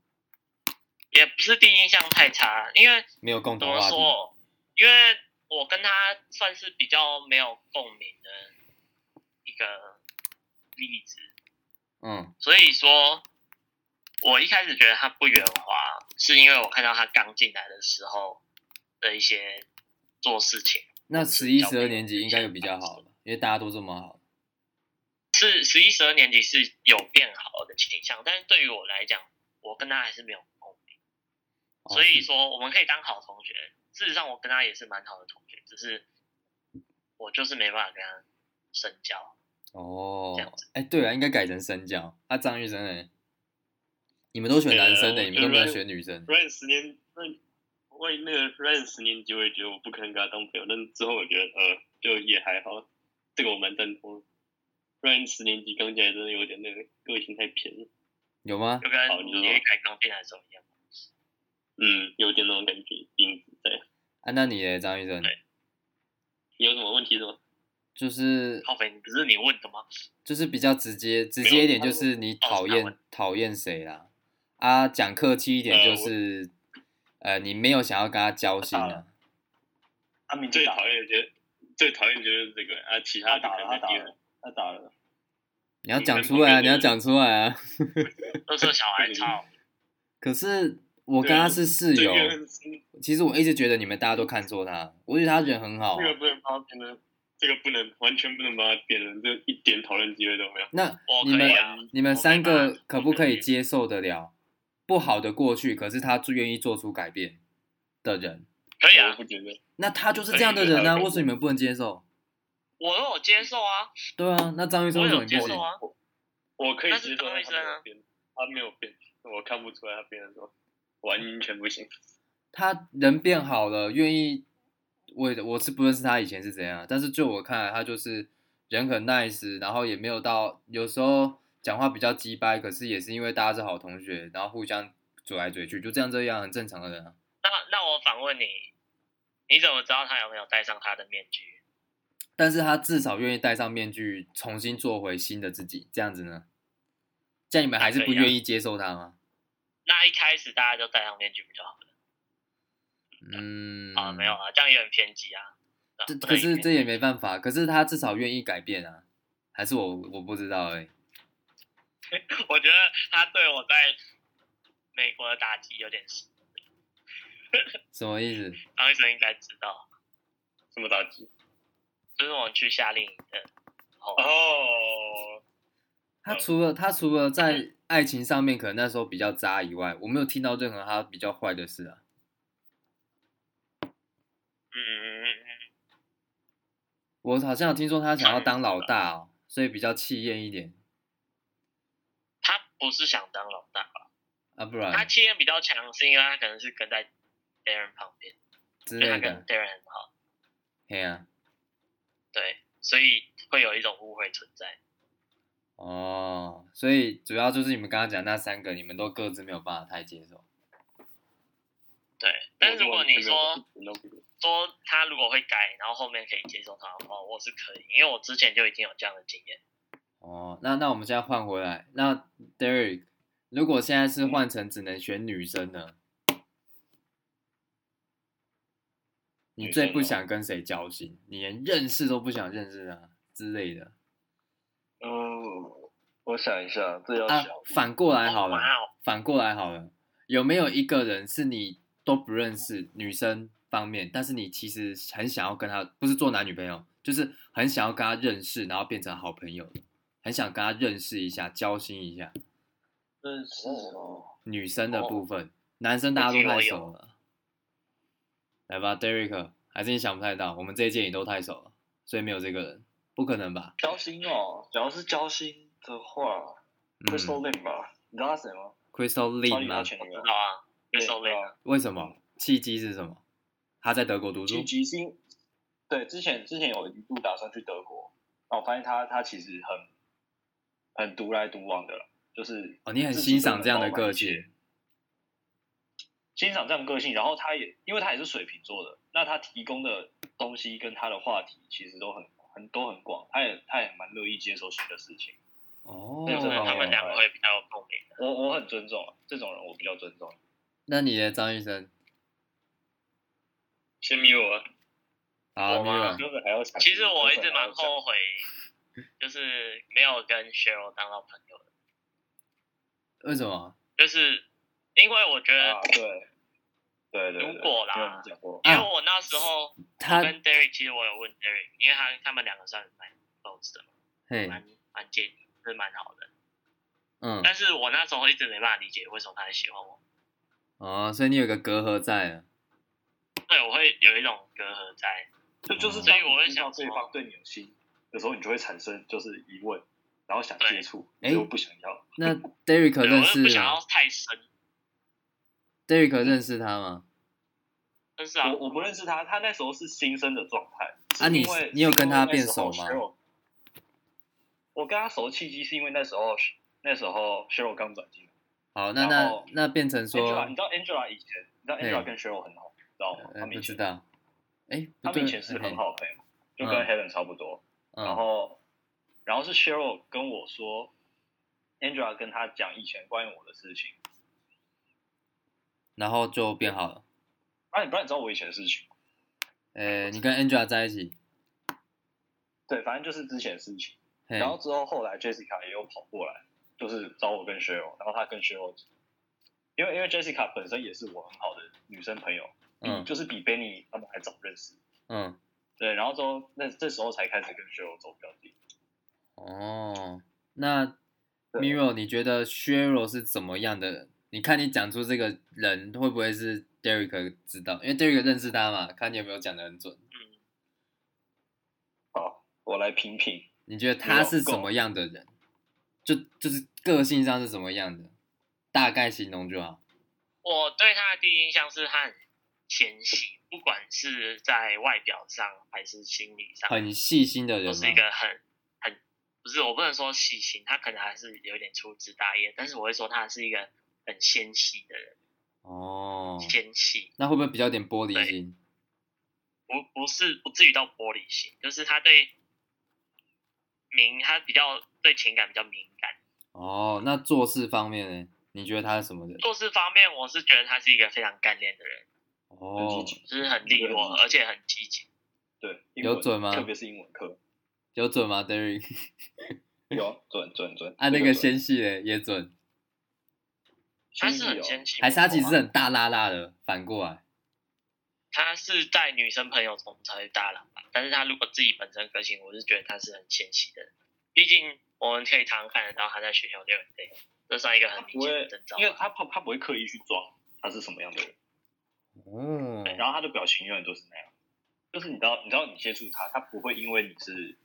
[SPEAKER 2] 也不是第一印象太差，因为
[SPEAKER 3] 没有共
[SPEAKER 2] 怎
[SPEAKER 3] 同
[SPEAKER 2] 么
[SPEAKER 3] 话题，
[SPEAKER 2] 说，因为我跟他算是比较没有共鸣的一个例子，
[SPEAKER 3] 嗯
[SPEAKER 2] 所以说，我一开始觉得他不圆滑，是因为我看到他刚进来的时候的一些做事情。
[SPEAKER 3] 那
[SPEAKER 2] 我
[SPEAKER 3] 十
[SPEAKER 2] 是
[SPEAKER 3] 一、
[SPEAKER 2] 比较
[SPEAKER 3] 十
[SPEAKER 2] 没
[SPEAKER 3] 二
[SPEAKER 2] 有
[SPEAKER 3] 年级
[SPEAKER 2] 印
[SPEAKER 3] 应该
[SPEAKER 2] 象
[SPEAKER 3] 有比较
[SPEAKER 2] 差
[SPEAKER 3] 好了，因为大家都这么好。
[SPEAKER 2] 是十一、十二年级是有变好的倾向，但是对于我来讲，我跟他还是没有共鸣。
[SPEAKER 3] 哦
[SPEAKER 2] 所以
[SPEAKER 3] 是
[SPEAKER 2] 说，我们可以当好同学。事实上，我跟他也是蛮好的同学，只是我就是没办法跟他深交。
[SPEAKER 3] 哦
[SPEAKER 2] 这样，
[SPEAKER 3] 哎、对啊，应该改成深交。啊，张玉生呢？你们都选男生的，
[SPEAKER 1] 呃
[SPEAKER 3] 你们都没有
[SPEAKER 1] 就是
[SPEAKER 3] 选女生。
[SPEAKER 1] Ryan 十年，Ryan 为那个 Ryan 十年级，我也觉得我不可能跟他当朋友，但之后我觉得呃，就也还好，这个我蛮赞同的。Ryan 十年级刚进来真的有点那个个性太偏了，
[SPEAKER 3] 有吗？
[SPEAKER 2] 就跟
[SPEAKER 1] 好你说
[SPEAKER 2] 你一开刚进来的时候一样，
[SPEAKER 1] 嗯，有点那种感觉影子在。
[SPEAKER 3] 啊，那你嘞，张玉生？
[SPEAKER 1] 你有什么问题是吗？
[SPEAKER 3] 就是
[SPEAKER 2] 浩飞，你不是你问的吗？
[SPEAKER 3] 就是比较直接，直
[SPEAKER 1] 没有
[SPEAKER 3] 接一点
[SPEAKER 1] 他
[SPEAKER 3] 就
[SPEAKER 1] 问
[SPEAKER 3] 是你讨
[SPEAKER 2] 他
[SPEAKER 3] 厌
[SPEAKER 2] 问
[SPEAKER 3] 讨厌谁啦？啊，讲客气一点
[SPEAKER 1] 呃
[SPEAKER 3] 就
[SPEAKER 1] 我
[SPEAKER 3] 是，呃，你没有想要跟他交心
[SPEAKER 4] 打
[SPEAKER 3] 啊。
[SPEAKER 4] 阿明
[SPEAKER 1] 最
[SPEAKER 4] 就打
[SPEAKER 1] 讨
[SPEAKER 4] 了，
[SPEAKER 1] 厌的就是最讨厌的就是这个啊，其他
[SPEAKER 4] 他
[SPEAKER 1] 就
[SPEAKER 4] 打
[SPEAKER 1] 可
[SPEAKER 4] 了，
[SPEAKER 1] 能
[SPEAKER 4] 他
[SPEAKER 1] 在
[SPEAKER 4] 打
[SPEAKER 1] 第二
[SPEAKER 4] 了，他打了。
[SPEAKER 3] 你要
[SPEAKER 1] 你
[SPEAKER 3] 讲
[SPEAKER 1] 跟
[SPEAKER 3] 出
[SPEAKER 1] 旁
[SPEAKER 3] 来啊，
[SPEAKER 1] 边
[SPEAKER 3] 你
[SPEAKER 1] 的
[SPEAKER 3] 要
[SPEAKER 1] 人
[SPEAKER 3] 讲出来啊。
[SPEAKER 2] 都是小孩操，
[SPEAKER 3] 可是我
[SPEAKER 1] 对
[SPEAKER 3] 跟
[SPEAKER 1] 啊
[SPEAKER 3] 他
[SPEAKER 1] 你
[SPEAKER 3] 是室
[SPEAKER 1] 最
[SPEAKER 3] 友，
[SPEAKER 1] 怨是
[SPEAKER 3] 其实我一直觉得你们大家都看错他，我觉得他人很好
[SPEAKER 1] 这
[SPEAKER 3] 啊。
[SPEAKER 1] 个不能帮他辩论，这个不能完全不能帮他辩论，就一点讨论机会都没有。嗯
[SPEAKER 3] 那
[SPEAKER 2] 我
[SPEAKER 3] 你
[SPEAKER 2] 可
[SPEAKER 3] 们
[SPEAKER 2] 以啊
[SPEAKER 3] 你们
[SPEAKER 2] 我可以
[SPEAKER 3] 三个
[SPEAKER 2] 把它
[SPEAKER 3] 可不可以
[SPEAKER 2] 嗯
[SPEAKER 3] 接受得了不好的过去，可是他最愿意做出改变的人？
[SPEAKER 2] 可以
[SPEAKER 1] 我
[SPEAKER 2] 啊，
[SPEAKER 1] 不觉得。
[SPEAKER 3] 那他就是
[SPEAKER 2] 可以
[SPEAKER 3] 这样的人
[SPEAKER 1] 可以
[SPEAKER 3] 啊，
[SPEAKER 1] 可以
[SPEAKER 3] 为什么你们不能接受？
[SPEAKER 2] 我有接受啊，
[SPEAKER 3] 对啊，那张玉生
[SPEAKER 2] 我
[SPEAKER 3] 为什
[SPEAKER 2] 有
[SPEAKER 3] 么你
[SPEAKER 2] 接
[SPEAKER 3] 不
[SPEAKER 2] 受
[SPEAKER 3] 行？
[SPEAKER 2] 啊，
[SPEAKER 1] 我可以
[SPEAKER 2] 但是
[SPEAKER 1] 接受
[SPEAKER 2] 当医
[SPEAKER 1] 他
[SPEAKER 2] 生
[SPEAKER 1] 没有
[SPEAKER 2] 啊
[SPEAKER 1] 变，他没有变，我看不出来他变了什么，完全不行。
[SPEAKER 3] 他人变好了，愿意，我也我是不认识他以前是怎样，但是就我看来，他就是人很 nice，然后也没有到有时候讲话比较鸡掰，可是也是因为大家是好同学，然后互相嘴来嘴去，就这样这样很正常的人啊。
[SPEAKER 2] 那那我反问你，你怎么知道他有没有戴上他的面具？
[SPEAKER 3] 但是他至少愿意戴上面具，重新做回新的自己，这样子呢？这样你们还是不
[SPEAKER 2] 啊
[SPEAKER 3] 愿意接受他吗？
[SPEAKER 2] 那一开始大家就戴上面具不就好了、
[SPEAKER 3] 嗯，
[SPEAKER 2] 啊？没有。啊，这样也很偏激啊。 啊
[SPEAKER 3] 这
[SPEAKER 2] 不
[SPEAKER 3] 可
[SPEAKER 2] 能
[SPEAKER 3] 是
[SPEAKER 2] 以
[SPEAKER 3] 这也没办法，可是他至少愿意改变啊，还是我我不知道哎、
[SPEAKER 2] 我觉得他对我在美国的打击有点深，
[SPEAKER 3] 什么意思？
[SPEAKER 2] 张医生应该知道，
[SPEAKER 1] 什么打击？
[SPEAKER 2] 就是我们去夏令营的时候，
[SPEAKER 1] 哦，
[SPEAKER 2] 呃
[SPEAKER 3] 他除了他除了在
[SPEAKER 2] 嗯
[SPEAKER 3] 爱情上面可能那时候比较渣以外，我没有听到任何他比较坏的事啊。
[SPEAKER 2] 嗯，
[SPEAKER 3] 我好像有听说他想要当老大哦，所以比较气焰一点
[SPEAKER 2] 他不是想当老大，
[SPEAKER 3] 啊，不
[SPEAKER 2] 他
[SPEAKER 3] 然
[SPEAKER 2] 气焰比较强，是因为他可能是跟在 Darren 旁边，
[SPEAKER 3] 之
[SPEAKER 2] 因为他
[SPEAKER 3] 类
[SPEAKER 2] 跟
[SPEAKER 3] 的。
[SPEAKER 2] Darren 很好。
[SPEAKER 3] 嘿啊，
[SPEAKER 2] 对，所以会有一种误会存在。
[SPEAKER 3] 哦，所以主要就是你们刚刚讲那三个，你们都各自没有办法太接受。
[SPEAKER 2] 对，但是如果你
[SPEAKER 1] 我
[SPEAKER 2] 说
[SPEAKER 1] 是完全没有办法
[SPEAKER 2] 说他如果会改，然后后面可以接受他的话，我是可以，因为我之前就已经有这样的经验。
[SPEAKER 3] 哦，那那我们现在换回来，那 Derek，如果现在是换成只能选女生呢？你
[SPEAKER 1] 女
[SPEAKER 3] 最
[SPEAKER 1] 生
[SPEAKER 3] 不
[SPEAKER 1] 哦
[SPEAKER 3] 想跟谁交心？你连认识都不想认识啊之类的
[SPEAKER 4] 嗯，我想一下，这要
[SPEAKER 3] 啊
[SPEAKER 4] 想。。
[SPEAKER 3] 反过来好了，
[SPEAKER 2] 哇哦，
[SPEAKER 3] 反过来好了，有没有一个人是你都不认识，女生方面，但是你其实很想要跟她，不是做男女朋友，就是很想要跟她认识，然后变成好朋友的很想跟他认识一下，交心一下。
[SPEAKER 4] 认识哦，
[SPEAKER 3] 女生的部分，男生大家都太熟了。来吧，Derek，还是你想不太到，我们这一届你都太熟了，所以没有这个人，不可能吧？
[SPEAKER 4] 交心哦，只要是交心的话
[SPEAKER 3] 嗯
[SPEAKER 4] ，Crystal Lin 吧，你知道他谁吗？
[SPEAKER 3] ，Crystal
[SPEAKER 4] 超
[SPEAKER 3] Lin
[SPEAKER 4] 级有
[SPEAKER 3] 吗？
[SPEAKER 4] 前女友
[SPEAKER 2] 知，道啊，
[SPEAKER 4] 对
[SPEAKER 2] 受累了。
[SPEAKER 3] 为什么？契机是什么？他在德国读书
[SPEAKER 4] 积，极心，对，之前之前有一度打算去德国，然后我发现他他其实很很独来独往的啦，就是
[SPEAKER 3] 哦，你很
[SPEAKER 4] 自己
[SPEAKER 3] 欣赏这样的
[SPEAKER 4] 能够
[SPEAKER 3] 个
[SPEAKER 4] 买一些
[SPEAKER 3] 性，
[SPEAKER 4] 欣赏这样的个性，然后他也因为他也是水瓶座的，那他提供的东西跟他的话题其实都很很都很广，他也他也蛮乐意接受新的事情。
[SPEAKER 3] 哦
[SPEAKER 2] 就是他们两个会比较有共鸣。
[SPEAKER 4] 我我很尊重啊，这种人我比较尊重。
[SPEAKER 3] 那你的张医生，
[SPEAKER 1] 先迷我啊，
[SPEAKER 3] 好，
[SPEAKER 2] 我
[SPEAKER 3] 米
[SPEAKER 2] 吗
[SPEAKER 3] 尔，
[SPEAKER 4] 根本还要想
[SPEAKER 2] 其实我一直蛮后悔，就是没有跟 Cheryl 当到朋友的，
[SPEAKER 3] 为什么？
[SPEAKER 2] 就是因为我觉得
[SPEAKER 4] 啊，，对对对对，
[SPEAKER 2] 如果啦
[SPEAKER 4] 因为我们讲过，
[SPEAKER 2] 因为我那时候
[SPEAKER 3] 啊他
[SPEAKER 2] 我跟 Derek，其实我有问 Derek，因为他他们两个算蛮 close 的，
[SPEAKER 3] 嘿，
[SPEAKER 2] 蛮蛮近，是蛮好的。
[SPEAKER 3] 嗯，
[SPEAKER 2] 但是我那时候一直没办法理解为什么他会喜欢我，
[SPEAKER 3] 哦，所以你有个隔阂在啊，
[SPEAKER 2] 对我会有一种隔阂在。
[SPEAKER 4] 就就是
[SPEAKER 2] 所以
[SPEAKER 4] 当你
[SPEAKER 2] 我会
[SPEAKER 4] 知道
[SPEAKER 2] 想
[SPEAKER 4] 对
[SPEAKER 2] 说
[SPEAKER 4] 方对你有心，有时候你就会产生就是疑问，然后想
[SPEAKER 2] 对
[SPEAKER 4] 接触，
[SPEAKER 3] 哎
[SPEAKER 4] 又不想要。
[SPEAKER 3] 那 Derek
[SPEAKER 2] 对，
[SPEAKER 3] 认
[SPEAKER 2] 我又不
[SPEAKER 3] 识啊
[SPEAKER 2] 想
[SPEAKER 3] 吗
[SPEAKER 2] 要太深，
[SPEAKER 3] ？Derek 认识他吗？
[SPEAKER 2] 但是啊，
[SPEAKER 4] 我我不认识他，他那时候是新生的状态。
[SPEAKER 3] 啊你
[SPEAKER 4] 是因为
[SPEAKER 3] 你有跟他变熟吗？
[SPEAKER 4] 是因为那时候 Cheryl- 我跟他熟的契机是因为那时候那时候 Cheryl 刚转进来
[SPEAKER 3] 好，那
[SPEAKER 4] 然
[SPEAKER 3] 那
[SPEAKER 4] 后
[SPEAKER 3] 那变成
[SPEAKER 4] Angela，
[SPEAKER 3] 说
[SPEAKER 4] 你，知道 Angela 以前，你知道
[SPEAKER 3] 嘿
[SPEAKER 4] Angela 跟 Cheryl 很好，你知道吗？他
[SPEAKER 3] 呃，
[SPEAKER 4] 们
[SPEAKER 3] 不
[SPEAKER 4] 以
[SPEAKER 3] 知
[SPEAKER 4] 前
[SPEAKER 3] 道，哎，不
[SPEAKER 4] 他们以
[SPEAKER 3] 对
[SPEAKER 4] 前是
[SPEAKER 3] 嘿
[SPEAKER 4] 很好的朋友，就
[SPEAKER 3] 嗯
[SPEAKER 4] 跟 Helen 差不多。然
[SPEAKER 3] 嗯，
[SPEAKER 4] 后，然后是 Cheryl 跟我说，Angela 跟他讲以前关于我的事情。
[SPEAKER 3] 然后就变好了。
[SPEAKER 4] 啊，你不然你知道我以前的事情？
[SPEAKER 3] 呃，你跟 Angela 在一起，
[SPEAKER 4] 对，反正就是之前的事情。
[SPEAKER 3] 嘿
[SPEAKER 4] 然，后之后后来 Jessica 也有跑过来，就是找我跟 Cheryl，然后她跟 Cheryl，因为因为 Jessica 本身也是我很好的女生朋友，
[SPEAKER 3] 嗯
[SPEAKER 4] 就是比 Benny 他们还早认识。
[SPEAKER 3] 嗯，
[SPEAKER 4] 对，然后之后那这时候才开始跟 Cheryl 走比较近。
[SPEAKER 3] 哦，那
[SPEAKER 4] 对
[SPEAKER 3] Miro，你觉得 Cheryl 是怎么样的？你看你讲出这个人会不会是 Derek 知道？因为 Derek 认识他嘛，看你有没有讲的很准。
[SPEAKER 2] 嗯，
[SPEAKER 4] 好，我来评评。
[SPEAKER 3] 你觉得他是怎么样的人？就就是个性上是怎么样的？大概形容就好。
[SPEAKER 2] 我对他的第一印象是他很纤细，不管是在外表上还是心理上，
[SPEAKER 3] 很细心的人
[SPEAKER 2] 都
[SPEAKER 3] 吗？
[SPEAKER 2] 是一个很很不是我不能说细心，他可能还是有点粗枝大叶，但是我会说他是一个很纤细的人，
[SPEAKER 3] 哦，
[SPEAKER 2] 纤细
[SPEAKER 3] 那会不会比较有点玻璃心？
[SPEAKER 2] 不不是不至于到玻璃心，就是他对敏他比较对情感比较敏感。
[SPEAKER 3] 哦，那做事方面呢？你觉得他是什么人？
[SPEAKER 2] 做事方面，我是觉得他是一个非常干练的人，
[SPEAKER 3] 哦，
[SPEAKER 2] 就是很利落，而且很积极。
[SPEAKER 4] 对，英
[SPEAKER 3] 有
[SPEAKER 4] 文
[SPEAKER 3] 准吗
[SPEAKER 4] 特别是英文课，
[SPEAKER 3] 有准吗，Derek？
[SPEAKER 4] 有准准准。
[SPEAKER 3] 啊，那
[SPEAKER 4] 这
[SPEAKER 3] 个
[SPEAKER 4] 准
[SPEAKER 3] 纤细的也准，
[SPEAKER 2] 他是很
[SPEAKER 4] 纤
[SPEAKER 2] 纤
[SPEAKER 4] 细
[SPEAKER 2] 细，
[SPEAKER 3] 还是他其实
[SPEAKER 2] 没错啊
[SPEAKER 3] 很大辣辣的？反过来，
[SPEAKER 2] 他是在女生朋友中才会大喇叭，但是他如果自己本身个性，我是觉得他是很纤细的人。毕竟我们可以常常看得到他在学校就很累，这算一个
[SPEAKER 4] 哦，他
[SPEAKER 2] 很
[SPEAKER 4] 不
[SPEAKER 2] 明显
[SPEAKER 4] 会
[SPEAKER 2] 的征，兆
[SPEAKER 4] 因为
[SPEAKER 2] 吧。
[SPEAKER 4] 他不他不会刻意去装他是什么样的人。
[SPEAKER 3] 哦，
[SPEAKER 4] 然后他的表情永远都是那样，就是你知道，你知道你接触他，他不会因为你是，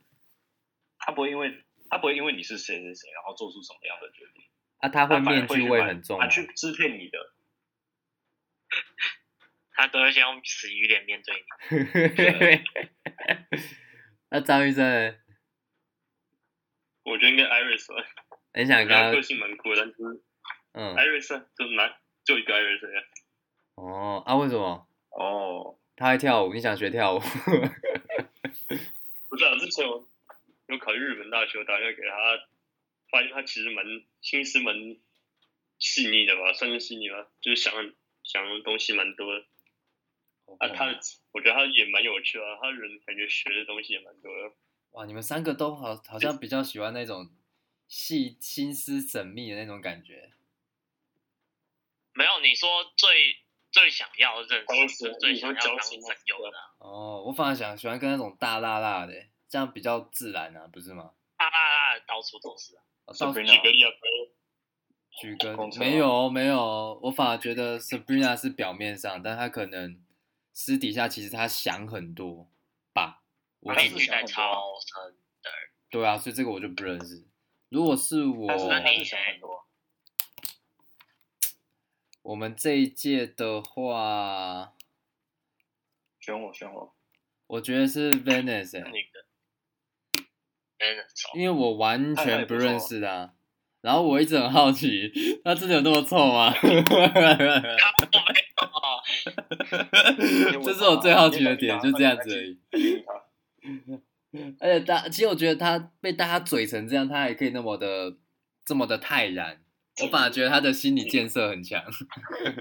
[SPEAKER 4] 他不会因为他不会因为你是谁谁谁，然后做出什么样的决定，
[SPEAKER 3] 啊，他会
[SPEAKER 4] 反而
[SPEAKER 3] 面具味
[SPEAKER 4] 去
[SPEAKER 3] 很重吗啊
[SPEAKER 4] 他，去支配你
[SPEAKER 2] 哦
[SPEAKER 4] 的，
[SPEAKER 2] 他都会先用死鱼脸面对你。
[SPEAKER 3] 那张医生呢
[SPEAKER 1] 我觉得应该 Iris 吧，
[SPEAKER 3] 很想
[SPEAKER 1] 我
[SPEAKER 3] 跟
[SPEAKER 1] 觉得
[SPEAKER 4] 呃
[SPEAKER 1] 他
[SPEAKER 3] 他
[SPEAKER 1] 个，性蛮酷的，但是
[SPEAKER 3] 嗯，
[SPEAKER 1] Iris 啊就蛮就一个 Iris 而已啊
[SPEAKER 3] 哦，啊，为什么
[SPEAKER 4] 哦，
[SPEAKER 3] 他会跳舞？你想学跳舞？
[SPEAKER 1] 不是啊，之前我有考虑日本大学，我打电话给他，发现他其实蛮心思蛮细腻的吧，算是细腻吧，就是想想的东西蛮多的。
[SPEAKER 4] 呃
[SPEAKER 1] 啊，他的我觉得他也蛮有趣啊，他人感觉学的东西也蛮多的。
[SPEAKER 3] 哇，你们三个都好，好像比较喜欢那种细心思缜密的那种感觉。
[SPEAKER 2] 没有，你说最最想要认
[SPEAKER 1] 当
[SPEAKER 2] 识，就
[SPEAKER 1] 时
[SPEAKER 2] 是最想要当朋友的啊，
[SPEAKER 3] 哦，我反而想喜欢跟那种大辣辣的，这样比较自然啊，不是吗？
[SPEAKER 2] 大大大到处都是啊。
[SPEAKER 3] 哦到
[SPEAKER 1] 举个
[SPEAKER 4] Sabrina
[SPEAKER 1] 例啊，
[SPEAKER 3] 举个
[SPEAKER 4] 公车
[SPEAKER 3] 没有没有，我反而觉得 Sabrina 是表面上，但她可能私底下其实她想很多吧。我
[SPEAKER 4] 她
[SPEAKER 2] 美
[SPEAKER 4] 是
[SPEAKER 2] 女
[SPEAKER 3] 是
[SPEAKER 4] 想
[SPEAKER 2] 在
[SPEAKER 4] 很多啊
[SPEAKER 2] 超深，
[SPEAKER 3] 对啊，所以这个我就不认识。如果是我，
[SPEAKER 4] 但是
[SPEAKER 2] 那
[SPEAKER 4] 他
[SPEAKER 2] 你
[SPEAKER 4] 是想很多，
[SPEAKER 3] 我们这一届的话，
[SPEAKER 4] 选我选我，
[SPEAKER 3] 我觉得是 Venice，、欸、
[SPEAKER 2] 女的，没人 熟。
[SPEAKER 3] 因为我完全不认识她、然后我一直很好奇， 她真的有那么臭吗？
[SPEAKER 2] 他我没有，
[SPEAKER 3] 这是我最好奇的点，就这样子而已。
[SPEAKER 4] 选他
[SPEAKER 3] 而且他，其实我觉得他被大家嘴成这样，他还可以那么的这么的泰然，我反而觉得他的心理建设很强。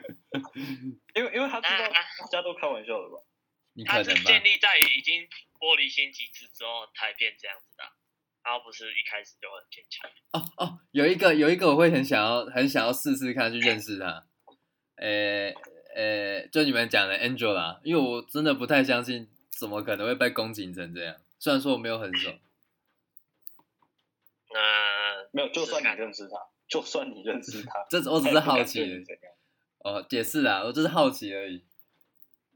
[SPEAKER 4] 因为因为他知道
[SPEAKER 2] 啊
[SPEAKER 4] 大家都开玩笑的吧？
[SPEAKER 3] 你可
[SPEAKER 2] 他是
[SPEAKER 3] 能吧？
[SPEAKER 2] 建立在已经剥离心几次之后才变这样子的啊，然后不是一开始就很坚强。
[SPEAKER 3] 哦哦，有一个有一个我会很想要很想要试试看去认识他。呃呃，就你们讲的 Angela，因为我真的不太相信，怎么可能会被攻击成这样？虽然说我没有很熟，
[SPEAKER 2] 那
[SPEAKER 4] 没有，就算
[SPEAKER 2] 试试
[SPEAKER 4] 你
[SPEAKER 2] 看
[SPEAKER 4] 认识他，就算你认识他，
[SPEAKER 3] 这我
[SPEAKER 4] 我
[SPEAKER 3] 只
[SPEAKER 2] 哎
[SPEAKER 3] 是好奇哦，解释啦，我就是好奇而已。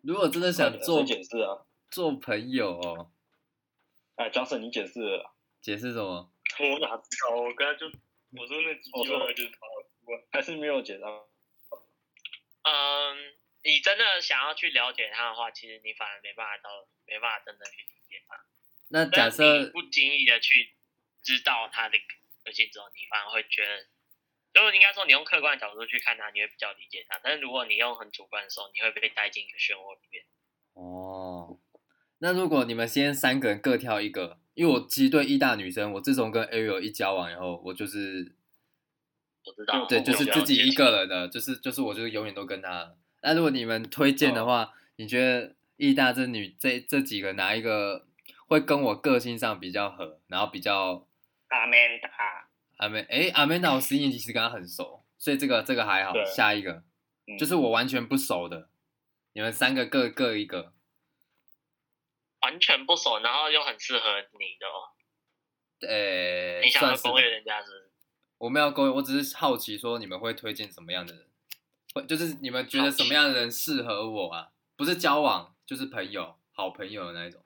[SPEAKER 3] 如果真的 想做
[SPEAKER 4] 解释啊，
[SPEAKER 3] 做朋友哦，
[SPEAKER 4] 哎，Johnson 你解释了啦，
[SPEAKER 3] 解释什么？
[SPEAKER 1] 我哪知道？我跟他就我说那几
[SPEAKER 4] 我
[SPEAKER 1] 句
[SPEAKER 2] 哦
[SPEAKER 4] 说
[SPEAKER 1] 话就是他
[SPEAKER 4] 还是没有解释啊？
[SPEAKER 2] 嗯，你真的想要去了解他的话，其实你反而没办法到，没办法真正去理解他。
[SPEAKER 3] 那
[SPEAKER 2] 但
[SPEAKER 3] 假
[SPEAKER 2] 你
[SPEAKER 3] 设
[SPEAKER 2] 不经意的去知道他的个性之后，你反而会觉得，就是应该说你用客观的角度去看他，你会比较理解他。但是如果你用很主观的时候，你会被带进一个漩涡里面。
[SPEAKER 3] 哦，那如果你们先三个人各挑一个，因为我其实对意大女生，我自从跟 Ariel 一交往以后，我就是
[SPEAKER 2] 我知道，
[SPEAKER 3] 对，
[SPEAKER 4] 哦
[SPEAKER 3] 就是
[SPEAKER 2] 我了解
[SPEAKER 3] 自己一个人的，就是就是我就是永远都跟她了。那如果你们推荐
[SPEAKER 2] 嗯
[SPEAKER 3] 的话，你觉得意大这女这这几个哪一个会跟我个性上比较合，然后比较
[SPEAKER 4] 阿曼达，
[SPEAKER 3] 阿美哎阿美娜，我十一年级其实跟她很熟，所以这个这个还好
[SPEAKER 4] 对。
[SPEAKER 3] 下一个
[SPEAKER 4] 嗯
[SPEAKER 3] 就是我完全不熟的，你们三个各各一个。
[SPEAKER 2] 完全不熟，然后又很适合你的哦。
[SPEAKER 3] 呃，
[SPEAKER 2] 你想
[SPEAKER 3] 算
[SPEAKER 2] 要
[SPEAKER 3] 是
[SPEAKER 2] 攻略人家是不是？
[SPEAKER 3] 我没有勾引，我只是好奇说你们会推荐什么样的人，会就是你们觉得什么样的人适合我啊？不是交往，就是朋友，好朋友的那一种。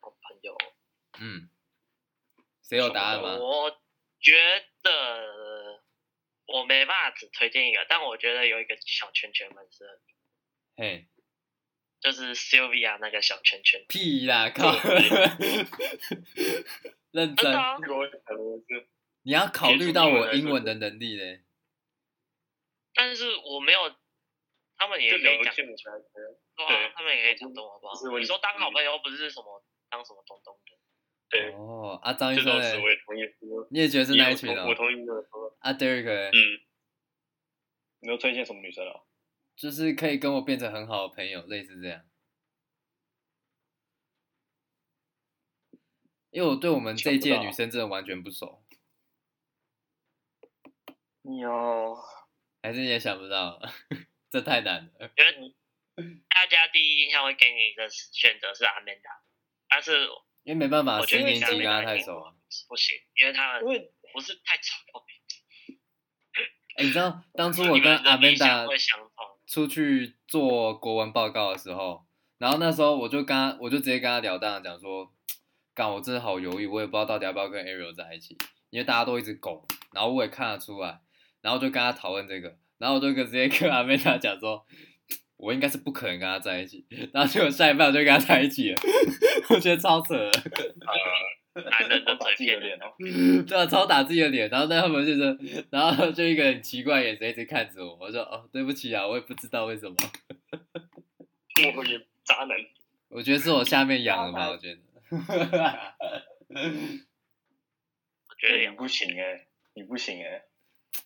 [SPEAKER 2] 好朋友。
[SPEAKER 1] 哦
[SPEAKER 3] 嗯，谁有答案吗？
[SPEAKER 2] 我觉得我没办法只推荐一个，但我觉得有一个小圈圈蛮适合，
[SPEAKER 3] 嘿，
[SPEAKER 2] 就是 Sylvia 那个小圈圈。
[SPEAKER 3] 屁啦，靠！ 认
[SPEAKER 2] 真
[SPEAKER 3] 真
[SPEAKER 2] 的，啊，
[SPEAKER 4] 这个我也想的是，
[SPEAKER 3] 你要考虑到我英文的能力嘞。
[SPEAKER 2] 但是我没有，他们也
[SPEAKER 1] 就
[SPEAKER 2] 可以
[SPEAKER 1] 聊
[SPEAKER 2] 讲
[SPEAKER 1] 天
[SPEAKER 2] 中
[SPEAKER 1] 才
[SPEAKER 2] 文啊
[SPEAKER 1] 对
[SPEAKER 2] 他们也可以讲中文，好不
[SPEAKER 1] 不是问
[SPEAKER 2] 好？
[SPEAKER 1] 题
[SPEAKER 2] 你说当好朋友不是什么当什么东东的，
[SPEAKER 1] 对，
[SPEAKER 3] 哦，啊，张医
[SPEAKER 1] 这
[SPEAKER 3] 生
[SPEAKER 1] 倒是
[SPEAKER 3] 嘞
[SPEAKER 1] 我，也同意说，
[SPEAKER 3] 你也觉得是那一群
[SPEAKER 1] 因为我同我
[SPEAKER 3] 哦？
[SPEAKER 1] 同意的说，
[SPEAKER 3] 啊，Derek 嘞，
[SPEAKER 1] 嗯，
[SPEAKER 4] 你有推荐什么女生啊？
[SPEAKER 3] 就是可以跟我变成很好的朋友，类似这样。因为我对我们这一届
[SPEAKER 4] 想不到
[SPEAKER 3] 女生真的完全不熟，
[SPEAKER 4] 你要
[SPEAKER 3] 还是你也想不到， 这太难了。
[SPEAKER 2] 觉得大家第一印象会给你的选择是 Amanda，但是
[SPEAKER 3] 因为没办法，
[SPEAKER 2] 我觉
[SPEAKER 3] 十
[SPEAKER 2] 得
[SPEAKER 3] 一年级
[SPEAKER 2] 想
[SPEAKER 3] 跟她
[SPEAKER 2] 没办法
[SPEAKER 3] 太熟啊。
[SPEAKER 2] 不行，因为他
[SPEAKER 4] 因
[SPEAKER 2] 们
[SPEAKER 4] 为
[SPEAKER 2] 不是太丑。
[SPEAKER 3] 哎、你知道当初我
[SPEAKER 2] 你
[SPEAKER 3] 跟
[SPEAKER 2] 们
[SPEAKER 3] 阿
[SPEAKER 2] 的
[SPEAKER 3] 曼
[SPEAKER 2] 理想
[SPEAKER 3] 达
[SPEAKER 2] 会相同。
[SPEAKER 3] 出去做国文报告的时候，然后那时候我就跟他，我就直接跟他了当地讲说，干，我真的好犹豫，我也不知道到底要不要跟 Ariel 在一起，因为大家都一直拱，然后我也看得出来，然后就跟他讨论这个，然后我就跟直接跟阿妹他讲说，我应该是不可能跟他在一起，然后结果下一半我就跟他在一起了， 我觉得超扯的，
[SPEAKER 2] 男人的
[SPEAKER 4] 我打
[SPEAKER 2] 嘴
[SPEAKER 4] 自己的
[SPEAKER 2] 骗人，
[SPEAKER 4] 脸哦，
[SPEAKER 3] 对啊，超打自己的脸，然后那他们就是，然后就一个很奇怪的眼神一直看着我，我说哦，对不起啊，我也不知道为什么。
[SPEAKER 1] 我也渣男，
[SPEAKER 3] 我觉得是我下面痒了吧，我觉得。
[SPEAKER 2] 我觉得
[SPEAKER 4] 你
[SPEAKER 2] 也
[SPEAKER 4] 不行哎，你不行哎，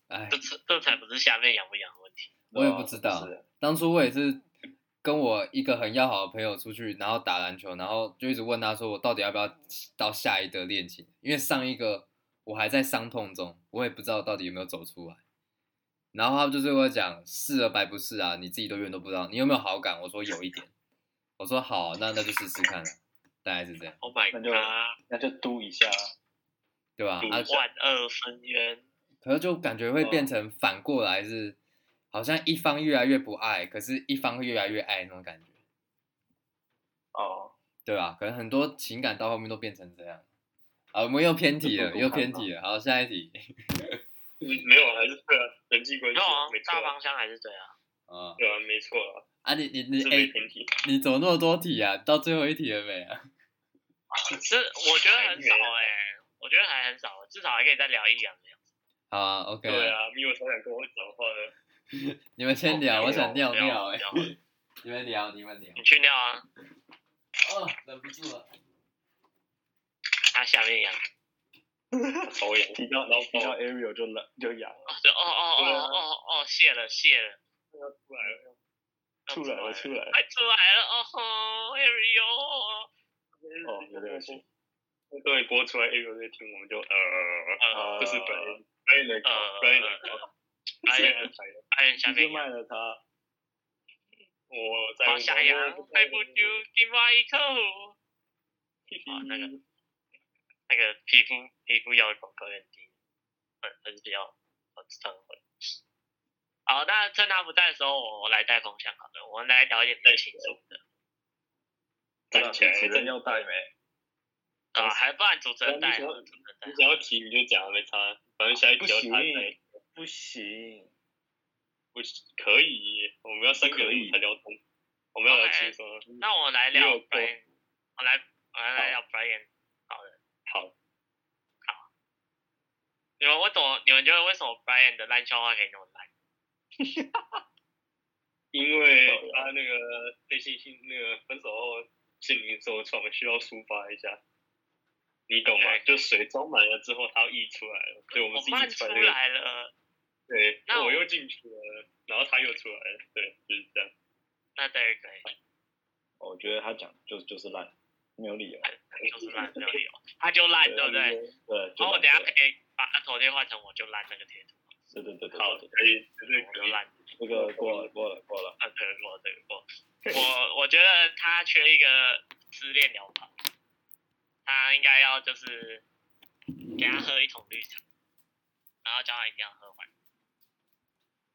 [SPEAKER 3] 哎
[SPEAKER 2] 这，次这才不是下面养不养的问题。
[SPEAKER 3] 我也不知道
[SPEAKER 4] 是的
[SPEAKER 3] 当初我也是跟我一个很要好的朋友出去，然后打篮球，然后就一直问他说，我到底要不要到下一个恋情？因为上一个我还在伤痛中，我也不知道到底有没有走出来。然后他就是跟我讲，是而白不是啊，你自己都永远都不知道，你有没有好感？我说有一点，我说好，那那就试试看了，大概是这样。
[SPEAKER 2] Oh my
[SPEAKER 4] 那就
[SPEAKER 2] god！
[SPEAKER 4] 那就嘟一下，
[SPEAKER 3] 对吧、啊？
[SPEAKER 2] 万恶深渊。
[SPEAKER 3] 可是就感觉会变成反过来是，好像一方越来越不爱，可是一方越来越爱那种感觉，
[SPEAKER 4] 哦，
[SPEAKER 3] 对吧、可能很多情感到后面都变成这样。啊，我们又偏题了，
[SPEAKER 4] 这不公
[SPEAKER 3] 又
[SPEAKER 4] 开
[SPEAKER 3] 偏
[SPEAKER 4] 吗
[SPEAKER 3] 题了。好，下一题。
[SPEAKER 1] 没有，还是对啊，人际关系
[SPEAKER 2] 没有啊
[SPEAKER 1] 没，错
[SPEAKER 2] 大
[SPEAKER 1] 啊，
[SPEAKER 2] 方向还是对啊。
[SPEAKER 3] 啊
[SPEAKER 1] 对啊，没错啊，
[SPEAKER 3] 啊，你你你
[SPEAKER 1] 是
[SPEAKER 3] 哎、
[SPEAKER 1] 没前提。
[SPEAKER 3] 你怎么那么多题啊？到最后一题了没啊？
[SPEAKER 2] 是我觉得很少哎、我觉得还很少，至少还可以再聊一两个。
[SPEAKER 3] 好啊，OK
[SPEAKER 1] 对啊，米我超想跟我讲话的，
[SPEAKER 3] 你们先聊，
[SPEAKER 2] 哦
[SPEAKER 3] 我想尿尿哎、
[SPEAKER 2] 聊聊
[SPEAKER 3] 你们聊，你们聊。
[SPEAKER 2] 你去尿啊，
[SPEAKER 3] 哦，忍不住了。
[SPEAKER 2] 啊下面痒。
[SPEAKER 1] 超痒，提到然后
[SPEAKER 4] 提到
[SPEAKER 1] 爆
[SPEAKER 4] Ariel 就冷就痒了，
[SPEAKER 2] 哦对哦哦哦
[SPEAKER 1] 对啊
[SPEAKER 2] 哦哦哦，谢了谢了，
[SPEAKER 1] 要出来了，
[SPEAKER 2] 要
[SPEAKER 4] 出来了出来了，
[SPEAKER 2] 快出来了哦吼，Harry 哦，
[SPEAKER 4] 哦有点恶心。
[SPEAKER 1] 终于播出来，Ariel 在听，我们就呃，
[SPEAKER 2] 呃
[SPEAKER 1] 这是本人 Brian 的
[SPEAKER 2] 呃
[SPEAKER 1] Brian 的，
[SPEAKER 2] 哎呀
[SPEAKER 1] Brian 的才
[SPEAKER 2] 哎呀下
[SPEAKER 4] 你就
[SPEAKER 2] 面痒。
[SPEAKER 4] 卖了他，
[SPEAKER 1] 我在
[SPEAKER 2] 好下扬，对不住，今晚一口。啊，那个那个皮肤皮肤要广告有点低，嗯，还是比较呃我忏悔。好，那趁他不在的时候，我我来带风向好了，我们来聊一点比较轻松的
[SPEAKER 1] 站起来，
[SPEAKER 4] 主持人
[SPEAKER 1] 你
[SPEAKER 4] 要带没？
[SPEAKER 2] 啊，还不然主持人带，主
[SPEAKER 1] 我
[SPEAKER 2] 持人带。
[SPEAKER 1] 想要提你就讲，啊没差，反正下一
[SPEAKER 4] 不
[SPEAKER 1] 题要他
[SPEAKER 4] 行
[SPEAKER 1] 来，
[SPEAKER 4] 不行，
[SPEAKER 1] 不可以，我们要三个人才聊通，我们要聊轻松。啊
[SPEAKER 2] 那我来聊
[SPEAKER 1] 你有过
[SPEAKER 2] Brian，我来我来来聊 Brian。
[SPEAKER 1] 好，
[SPEAKER 2] 你们为什么？你们觉得为什么 Brian 的烂笑话可以那么烂？
[SPEAKER 1] 因为他那个内心性那个分手后心灵受创，需要抒发一下，你懂吗？就水装满了之后，它要溢出来了，所以我们
[SPEAKER 2] 我
[SPEAKER 1] 是
[SPEAKER 2] 慢
[SPEAKER 1] 溢
[SPEAKER 2] 出
[SPEAKER 1] 出来那个
[SPEAKER 2] 来了，
[SPEAKER 1] 对，
[SPEAKER 2] 那
[SPEAKER 1] 那
[SPEAKER 2] 我
[SPEAKER 1] 我又进去了，然后他又出来了，对，就是这样。
[SPEAKER 2] 那 Derek 可以。
[SPEAKER 4] 我觉得他讲就就是烂，没有理由。
[SPEAKER 2] 就是烂，没有理由，他就烂，对不对？然
[SPEAKER 4] 啊对，哦就
[SPEAKER 2] 后我
[SPEAKER 4] 烂
[SPEAKER 2] 等下
[SPEAKER 4] 掉
[SPEAKER 2] 可
[SPEAKER 4] 了
[SPEAKER 2] 以把他头贴换成我就烂那个贴图，
[SPEAKER 4] 对对对对，
[SPEAKER 1] 好，
[SPEAKER 4] 对
[SPEAKER 1] 可以，绝对
[SPEAKER 2] 我
[SPEAKER 1] 可
[SPEAKER 2] 就
[SPEAKER 1] 以。
[SPEAKER 2] 烂，
[SPEAKER 4] 这个过了过了过了，
[SPEAKER 2] 啊，对过对过。我我觉得他缺一个失恋疗法，他应该要就是给他喝一桶绿茶，然后叫他一定要喝完，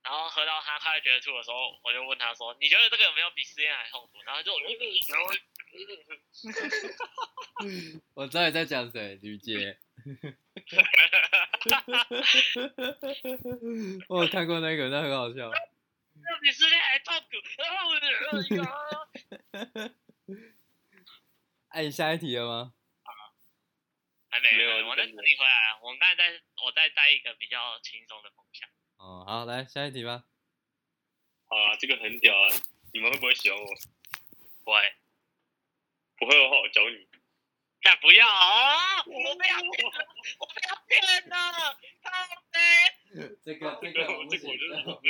[SPEAKER 2] 然后喝到他快觉得吐的时候，我就问他说：“你觉得这个有没有比失恋还痛苦？”然后他就然 后
[SPEAKER 3] 我知道你在讲谁，吕杰。 我有看过那个，那很好笑。
[SPEAKER 2] 那比失恋还痛苦，然后我就
[SPEAKER 3] 哎、你下一题了吗？
[SPEAKER 2] 还没
[SPEAKER 1] 没有
[SPEAKER 2] 我在
[SPEAKER 1] 真
[SPEAKER 2] 等
[SPEAKER 1] 的
[SPEAKER 2] 你回来。啊我们刚才在，我再带一个比较轻松的风向。
[SPEAKER 3] 哦，好，来下一题吧。
[SPEAKER 1] 好啊，这个很屌啊！你们会不会喜欢我？
[SPEAKER 2] 喂，
[SPEAKER 1] 不会的话，我教你。
[SPEAKER 2] 但不要啊！我不要骗，我不要骗啊了，靠背，
[SPEAKER 3] 这个这
[SPEAKER 1] 这个我
[SPEAKER 3] 不
[SPEAKER 1] 这
[SPEAKER 3] 行
[SPEAKER 1] 个我真的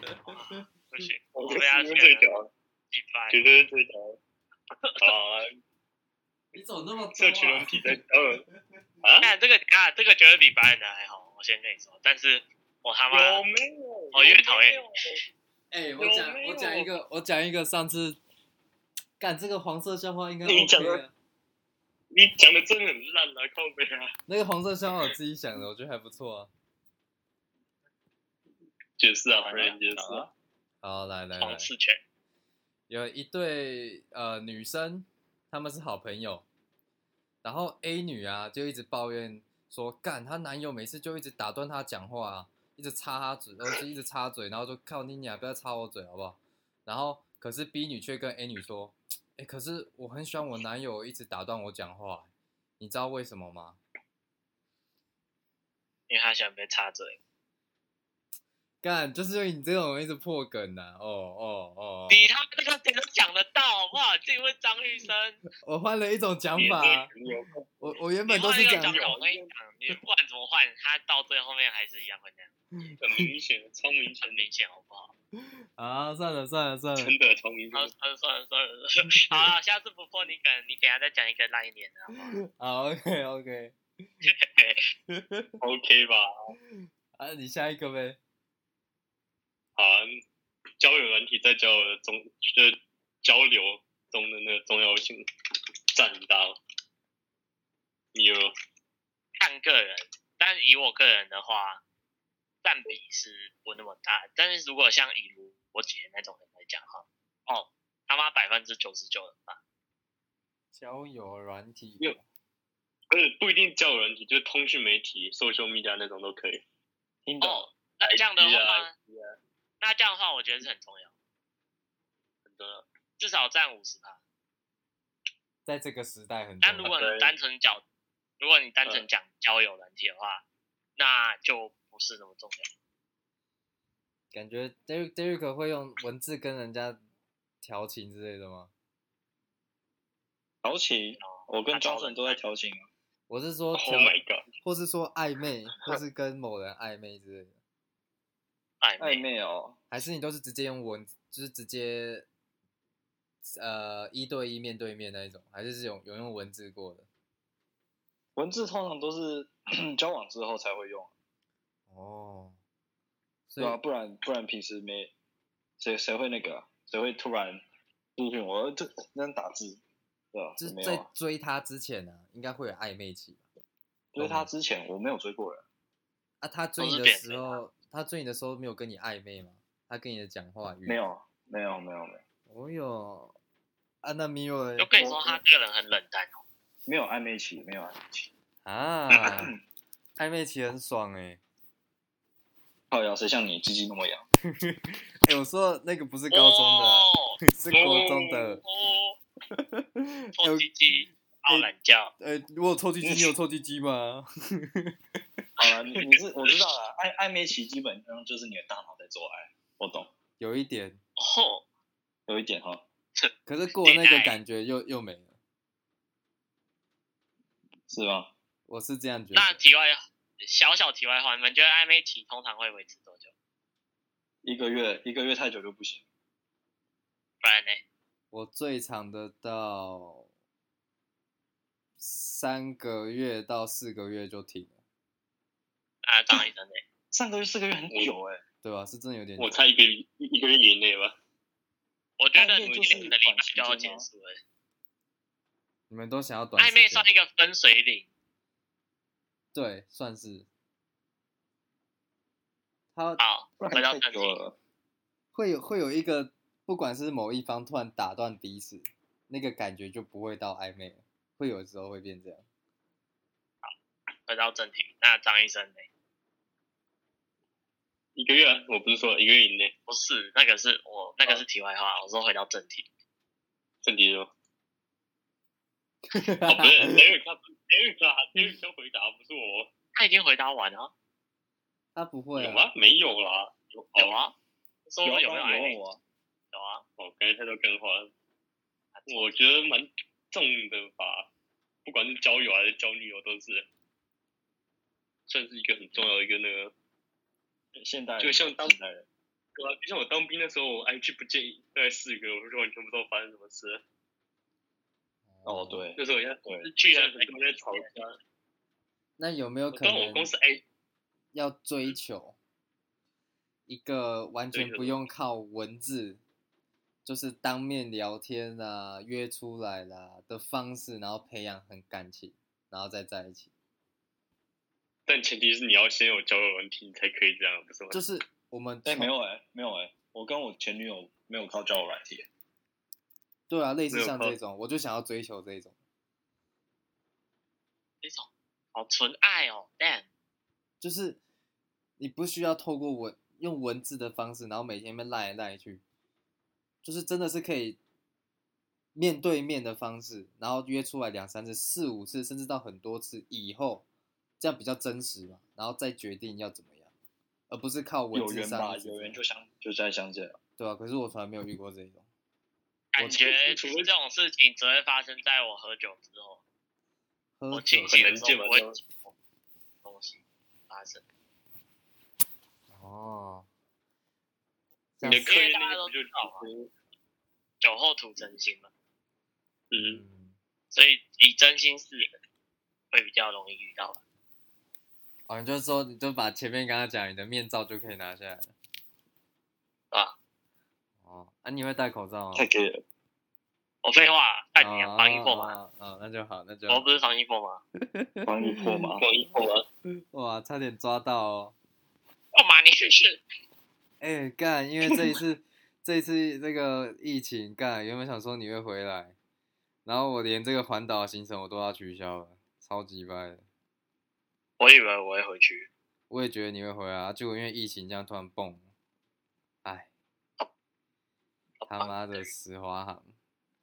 [SPEAKER 3] 这个
[SPEAKER 1] 是
[SPEAKER 3] 我
[SPEAKER 1] 最屌，
[SPEAKER 2] 不行，
[SPEAKER 1] 我
[SPEAKER 2] 觉
[SPEAKER 1] 觉
[SPEAKER 2] 得
[SPEAKER 1] 得
[SPEAKER 2] 他
[SPEAKER 1] 是最屌的，
[SPEAKER 2] 几番。
[SPEAKER 1] 绝对是最屌的。啊，
[SPEAKER 3] 你怎么那么多啊
[SPEAKER 1] 社群人体在呃啊，
[SPEAKER 2] 但这个啊，这个绝对比白人的还好，我先跟你说。但是我他妈，
[SPEAKER 1] 有没有？
[SPEAKER 2] 我越讨厌你
[SPEAKER 1] 有
[SPEAKER 3] 哎、我
[SPEAKER 1] 没有有
[SPEAKER 3] 讲
[SPEAKER 1] 没
[SPEAKER 3] 我讲一
[SPEAKER 1] 有
[SPEAKER 3] 个，我讲一个，上次干这个黄色笑话应该
[SPEAKER 1] 你
[SPEAKER 3] OK
[SPEAKER 1] 讲
[SPEAKER 3] 的。
[SPEAKER 1] 你讲的真的很烂啊，靠背啊！
[SPEAKER 3] 那个黄色笑话我自己想的，我觉得还不错啊。
[SPEAKER 1] 解释啊，反正解释。
[SPEAKER 4] 好了，
[SPEAKER 3] 好，来来来
[SPEAKER 2] 黄，世全，
[SPEAKER 3] 有一对呃女生，她们是好朋友，然后 A 女啊就一直抱怨说，干她男友每次就一直打断她讲话、啊，一直插她嘴，然后就一直插嘴，然后就靠你俩不要插我嘴好不好？然后可是 B 女却跟 A 女说，哎、可是我很喜欢我男友一直打断我讲话，你知道为什么吗？
[SPEAKER 2] 因为他喜欢被插嘴。
[SPEAKER 3] 干，就是因为你这种人一直破梗呐、哦哦哦，
[SPEAKER 2] 比他那个谁都讲得到，好不好？你自己问张玉生，
[SPEAKER 3] 我换了一种讲
[SPEAKER 1] 你
[SPEAKER 3] 法啊、
[SPEAKER 1] 这个有空
[SPEAKER 3] 我我原
[SPEAKER 2] 你
[SPEAKER 3] 本都
[SPEAKER 2] 换
[SPEAKER 3] 是
[SPEAKER 2] 一个
[SPEAKER 3] 讲
[SPEAKER 2] 张玉生，我跟你讲，你不管怎么换，他到最后面还是一样会这样，
[SPEAKER 1] 很明显，超明 显
[SPEAKER 2] 很，明显，好不好？
[SPEAKER 3] 啊，算了算了算了，
[SPEAKER 1] 真的超明
[SPEAKER 2] 好，
[SPEAKER 1] 显。
[SPEAKER 2] 算了算了算了， 好了，下次不破你梗，你等一下再讲一个烂一点的，好不好？
[SPEAKER 3] 好，OK OK，
[SPEAKER 1] OK 吧？
[SPEAKER 3] 啊，你下一个呗。
[SPEAKER 1] 好啊，交友软体在交友的中，就是交流中的那个重要性占很大哦。你有
[SPEAKER 2] 看个人，但以我个人的话，占比是不那么大。但是如果像以如我姐那种人来讲哈，哦，他妈百分之九十九的吧，
[SPEAKER 3] 交友软体
[SPEAKER 1] 有可是不一定交友软体，就是通讯媒体、social media 那种都可以。
[SPEAKER 4] 听懂？
[SPEAKER 2] 哦，那这样的
[SPEAKER 1] IG
[SPEAKER 2] 话
[SPEAKER 1] 啊，
[SPEAKER 2] 那这样的话，我觉得是很重要，很重要，至少占五十吧。
[SPEAKER 3] 在这个时代很
[SPEAKER 2] 但
[SPEAKER 3] 重
[SPEAKER 2] 如
[SPEAKER 3] 要。
[SPEAKER 2] 果
[SPEAKER 1] 啊
[SPEAKER 2] 你单纯讲，如果你单
[SPEAKER 1] 嗯
[SPEAKER 2] 纯讲交友软体的话，那就不是那么重要。
[SPEAKER 3] 感觉 Derek Derek 会用文字跟人家调情之类的吗？
[SPEAKER 4] 调情，我跟
[SPEAKER 2] 他找
[SPEAKER 4] Johnson
[SPEAKER 2] 人
[SPEAKER 4] 都在调情啊。
[SPEAKER 3] 我是说
[SPEAKER 1] Oh
[SPEAKER 3] 调，
[SPEAKER 1] my god！
[SPEAKER 3] 或是说暧昧，或是跟某人暧昧之类的，
[SPEAKER 2] 暧昧
[SPEAKER 4] 暧昧哦，
[SPEAKER 3] 还是你都是直接用文，就是直接呃一对一面对面那一种，还是是有有用文字过的？
[SPEAKER 4] 文字通常都是 交往之后才会用，
[SPEAKER 3] 哦，所
[SPEAKER 4] 对
[SPEAKER 3] 以
[SPEAKER 4] 吧、不然不然平时没谁谁会那个啊、谁会突然私讯我这那样打字，对吧、
[SPEAKER 3] 就是
[SPEAKER 4] 没有、
[SPEAKER 3] 在
[SPEAKER 4] 啊，
[SPEAKER 3] 追他之前呢、应该会有暧昧期吧？
[SPEAKER 4] 就是他之前我没有追过人，
[SPEAKER 3] 啊，他追
[SPEAKER 2] 都
[SPEAKER 3] 你
[SPEAKER 2] 是
[SPEAKER 3] 的
[SPEAKER 2] 点
[SPEAKER 3] 时
[SPEAKER 2] 名啊
[SPEAKER 3] 候，他追你的时候没有跟你暧昧吗？他跟你的
[SPEAKER 2] 哦
[SPEAKER 3] 讲话语
[SPEAKER 4] 没？有啊没有没有没有
[SPEAKER 3] 哦哟，啊，那没有
[SPEAKER 2] 就跟你说，他这个人很冷淡哦。
[SPEAKER 4] 没有暧昧期，没有暧昧期。
[SPEAKER 3] 啊，暧昧期很爽哎、欸！
[SPEAKER 4] 靠腰，谁像你鸡鸡那么痒？
[SPEAKER 3] 哎、我说的那个不是高中的啊、
[SPEAKER 2] 哦
[SPEAKER 3] 是高中的。
[SPEAKER 2] 哦，
[SPEAKER 3] 哎
[SPEAKER 2] 臭鸡鸡，傲懒觉，
[SPEAKER 1] 哦
[SPEAKER 3] 呃、我有 臭鸡鸡，你有臭鸡鸡吗？
[SPEAKER 4] 好了，你你是我知道了，暧暧昧期基本上就是你的大脑在做爱，我懂，
[SPEAKER 3] 有一点，
[SPEAKER 2] 哦，
[SPEAKER 4] 有一点哈，
[SPEAKER 3] 可是过了那
[SPEAKER 2] 哎
[SPEAKER 3] 个感觉又又没了。
[SPEAKER 4] 是吗？
[SPEAKER 3] 我是这样觉得。
[SPEAKER 2] 那题外小小题外话，你们觉得暧昧期通常会维持多久？
[SPEAKER 4] 一个月一个月太久就不行，
[SPEAKER 2] 不然呢？
[SPEAKER 3] 我最长的到三个月到四个月就停了，
[SPEAKER 2] 啊，张医生呢？
[SPEAKER 4] 三个月四个月很久哎、
[SPEAKER 3] 对吧、是真的有点久。
[SPEAKER 1] 我猜一个一一个月以内吧。
[SPEAKER 2] 我觉得
[SPEAKER 4] 暧
[SPEAKER 2] 你
[SPEAKER 4] 昧
[SPEAKER 2] 们
[SPEAKER 4] 就是
[SPEAKER 2] 两个礼拜就要
[SPEAKER 4] 短期
[SPEAKER 2] 结
[SPEAKER 4] 间
[SPEAKER 1] 啊
[SPEAKER 4] 吗
[SPEAKER 2] 束了。
[SPEAKER 3] 你们都想要短时
[SPEAKER 2] 暧昧算
[SPEAKER 3] 间
[SPEAKER 2] 一个分水岭，
[SPEAKER 3] 对，算是。他
[SPEAKER 2] 好，
[SPEAKER 4] 不
[SPEAKER 2] 回到
[SPEAKER 4] 然太
[SPEAKER 2] 正
[SPEAKER 4] 久
[SPEAKER 2] 题
[SPEAKER 4] 了。
[SPEAKER 3] 会有会有一个，不管是某一方突然打断彼此，那个感觉就不会到暧昧了，会有时候会变这样。
[SPEAKER 2] 回到正题。那张医生呢？
[SPEAKER 1] 一个月啊，我不是说一个月以内，
[SPEAKER 2] 不是，那个是我，那个
[SPEAKER 1] 嗯
[SPEAKER 2] 是题外话。我说回到正题，
[SPEAKER 1] 正题说。哦，不是，Eric，他 Eric 啊，Eric 要回答，不是我，
[SPEAKER 2] 他已经回答完了，
[SPEAKER 3] 他不会
[SPEAKER 1] 有
[SPEAKER 3] 啊，
[SPEAKER 1] 吗？没有啦，有
[SPEAKER 2] 有
[SPEAKER 1] 哦
[SPEAKER 2] 啊，说
[SPEAKER 4] 有
[SPEAKER 2] 我
[SPEAKER 4] 啊
[SPEAKER 2] 有没有
[SPEAKER 4] 刚刚
[SPEAKER 2] 暧
[SPEAKER 4] 有
[SPEAKER 2] 昧
[SPEAKER 4] 问？我啊？
[SPEAKER 2] 有啊，
[SPEAKER 1] 哦，感觉太多干话了。我觉得蛮重的吧，不管是交友还是交女友，都是算是一个很重要的一个那个。
[SPEAKER 4] 啊现代人
[SPEAKER 1] 就像当
[SPEAKER 4] 现代人，
[SPEAKER 1] 对啊，就像我当兵的时候，我 IG 不见大概四个，我就完全不知道发生什么事。
[SPEAKER 4] 哦，对，
[SPEAKER 1] 那时候人家
[SPEAKER 4] 对
[SPEAKER 2] 是巨
[SPEAKER 1] 现在
[SPEAKER 2] 人
[SPEAKER 1] 很多人在吵架，
[SPEAKER 3] 那有没有可
[SPEAKER 1] 但我
[SPEAKER 3] 能
[SPEAKER 1] 公司哎 I
[SPEAKER 3] 要追求一个完全
[SPEAKER 1] 追求
[SPEAKER 3] 不
[SPEAKER 1] 什么
[SPEAKER 3] 用靠文字，就是当面聊天啦、约出来啦的方式，然后培养很感情，然后再在一起？
[SPEAKER 1] 但前提是你要先有交友问题，你才可以这样，不是吗？
[SPEAKER 3] 就是我们
[SPEAKER 4] 哎，
[SPEAKER 3] 从
[SPEAKER 4] 没有哎，没有哎，我跟我前女友没有靠交友软体，
[SPEAKER 3] 对啊，类
[SPEAKER 1] 没
[SPEAKER 3] 似
[SPEAKER 1] 有
[SPEAKER 3] 像
[SPEAKER 1] 靠
[SPEAKER 3] 这种，我就想要追求这种。
[SPEAKER 2] 这种好纯爱哦，damn，
[SPEAKER 3] 就是你不需要透过文用文字的方式，然后每天被赖来赖去，就是真的是可以面对面的方式，然后约出来两三次、四五次，甚至到很多次以后，这样比较真实嘛，然后再决定要怎么样，而不是靠文
[SPEAKER 4] 有
[SPEAKER 3] 字
[SPEAKER 4] 缘
[SPEAKER 3] 上
[SPEAKER 4] 吧，
[SPEAKER 3] 一直
[SPEAKER 4] 有缘
[SPEAKER 3] 这
[SPEAKER 4] 就
[SPEAKER 3] 样
[SPEAKER 4] 相就再相见了。
[SPEAKER 3] 对啊，可是我从来没有遇过这一种，
[SPEAKER 2] 感觉
[SPEAKER 1] 除
[SPEAKER 2] 这
[SPEAKER 1] 除非
[SPEAKER 2] 种事情只会发生在我喝酒之后，
[SPEAKER 3] 喝
[SPEAKER 2] 我
[SPEAKER 3] 酒
[SPEAKER 2] 清醒的
[SPEAKER 1] 很
[SPEAKER 2] 时
[SPEAKER 1] 难
[SPEAKER 2] 候不会
[SPEAKER 1] 见吧这
[SPEAKER 2] 有
[SPEAKER 1] 种
[SPEAKER 2] 东西发生，
[SPEAKER 3] 哦，
[SPEAKER 1] 你
[SPEAKER 3] 像
[SPEAKER 1] 的
[SPEAKER 3] 是
[SPEAKER 1] 科研那个不就
[SPEAKER 4] 嗯
[SPEAKER 2] 酒后吐真心嘛，
[SPEAKER 1] 嗯，
[SPEAKER 3] 嗯，
[SPEAKER 2] 所以以真心示人会比较容易遇到吧。
[SPEAKER 3] 哦，你就说你就把前面刚刚讲你的面罩就可以拿下来了，
[SPEAKER 2] 啊，
[SPEAKER 3] 哦，啊，你会戴口罩吗？
[SPEAKER 4] 太 gay 了，
[SPEAKER 2] 我废话，看你啊，防疫破嘛，
[SPEAKER 3] 啊，哦那就好，那就
[SPEAKER 2] 我
[SPEAKER 3] 好
[SPEAKER 2] 不是防疫破吗？
[SPEAKER 4] 防疫破嘛，
[SPEAKER 1] 防疫破吗？
[SPEAKER 3] 哇，差点抓到哦。
[SPEAKER 2] 干嘛你去去？
[SPEAKER 3] 哎、干，因为这 一次，这一次这个疫情，干，原本想说你会回来，然后我连这个环岛行程我都要取消了，超级掰的。
[SPEAKER 2] 我以为我会回去，
[SPEAKER 3] 我也觉得你会回来啊，结果因为疫情这样突然蹦，哎，
[SPEAKER 2] 哦
[SPEAKER 3] 他妈的石华航，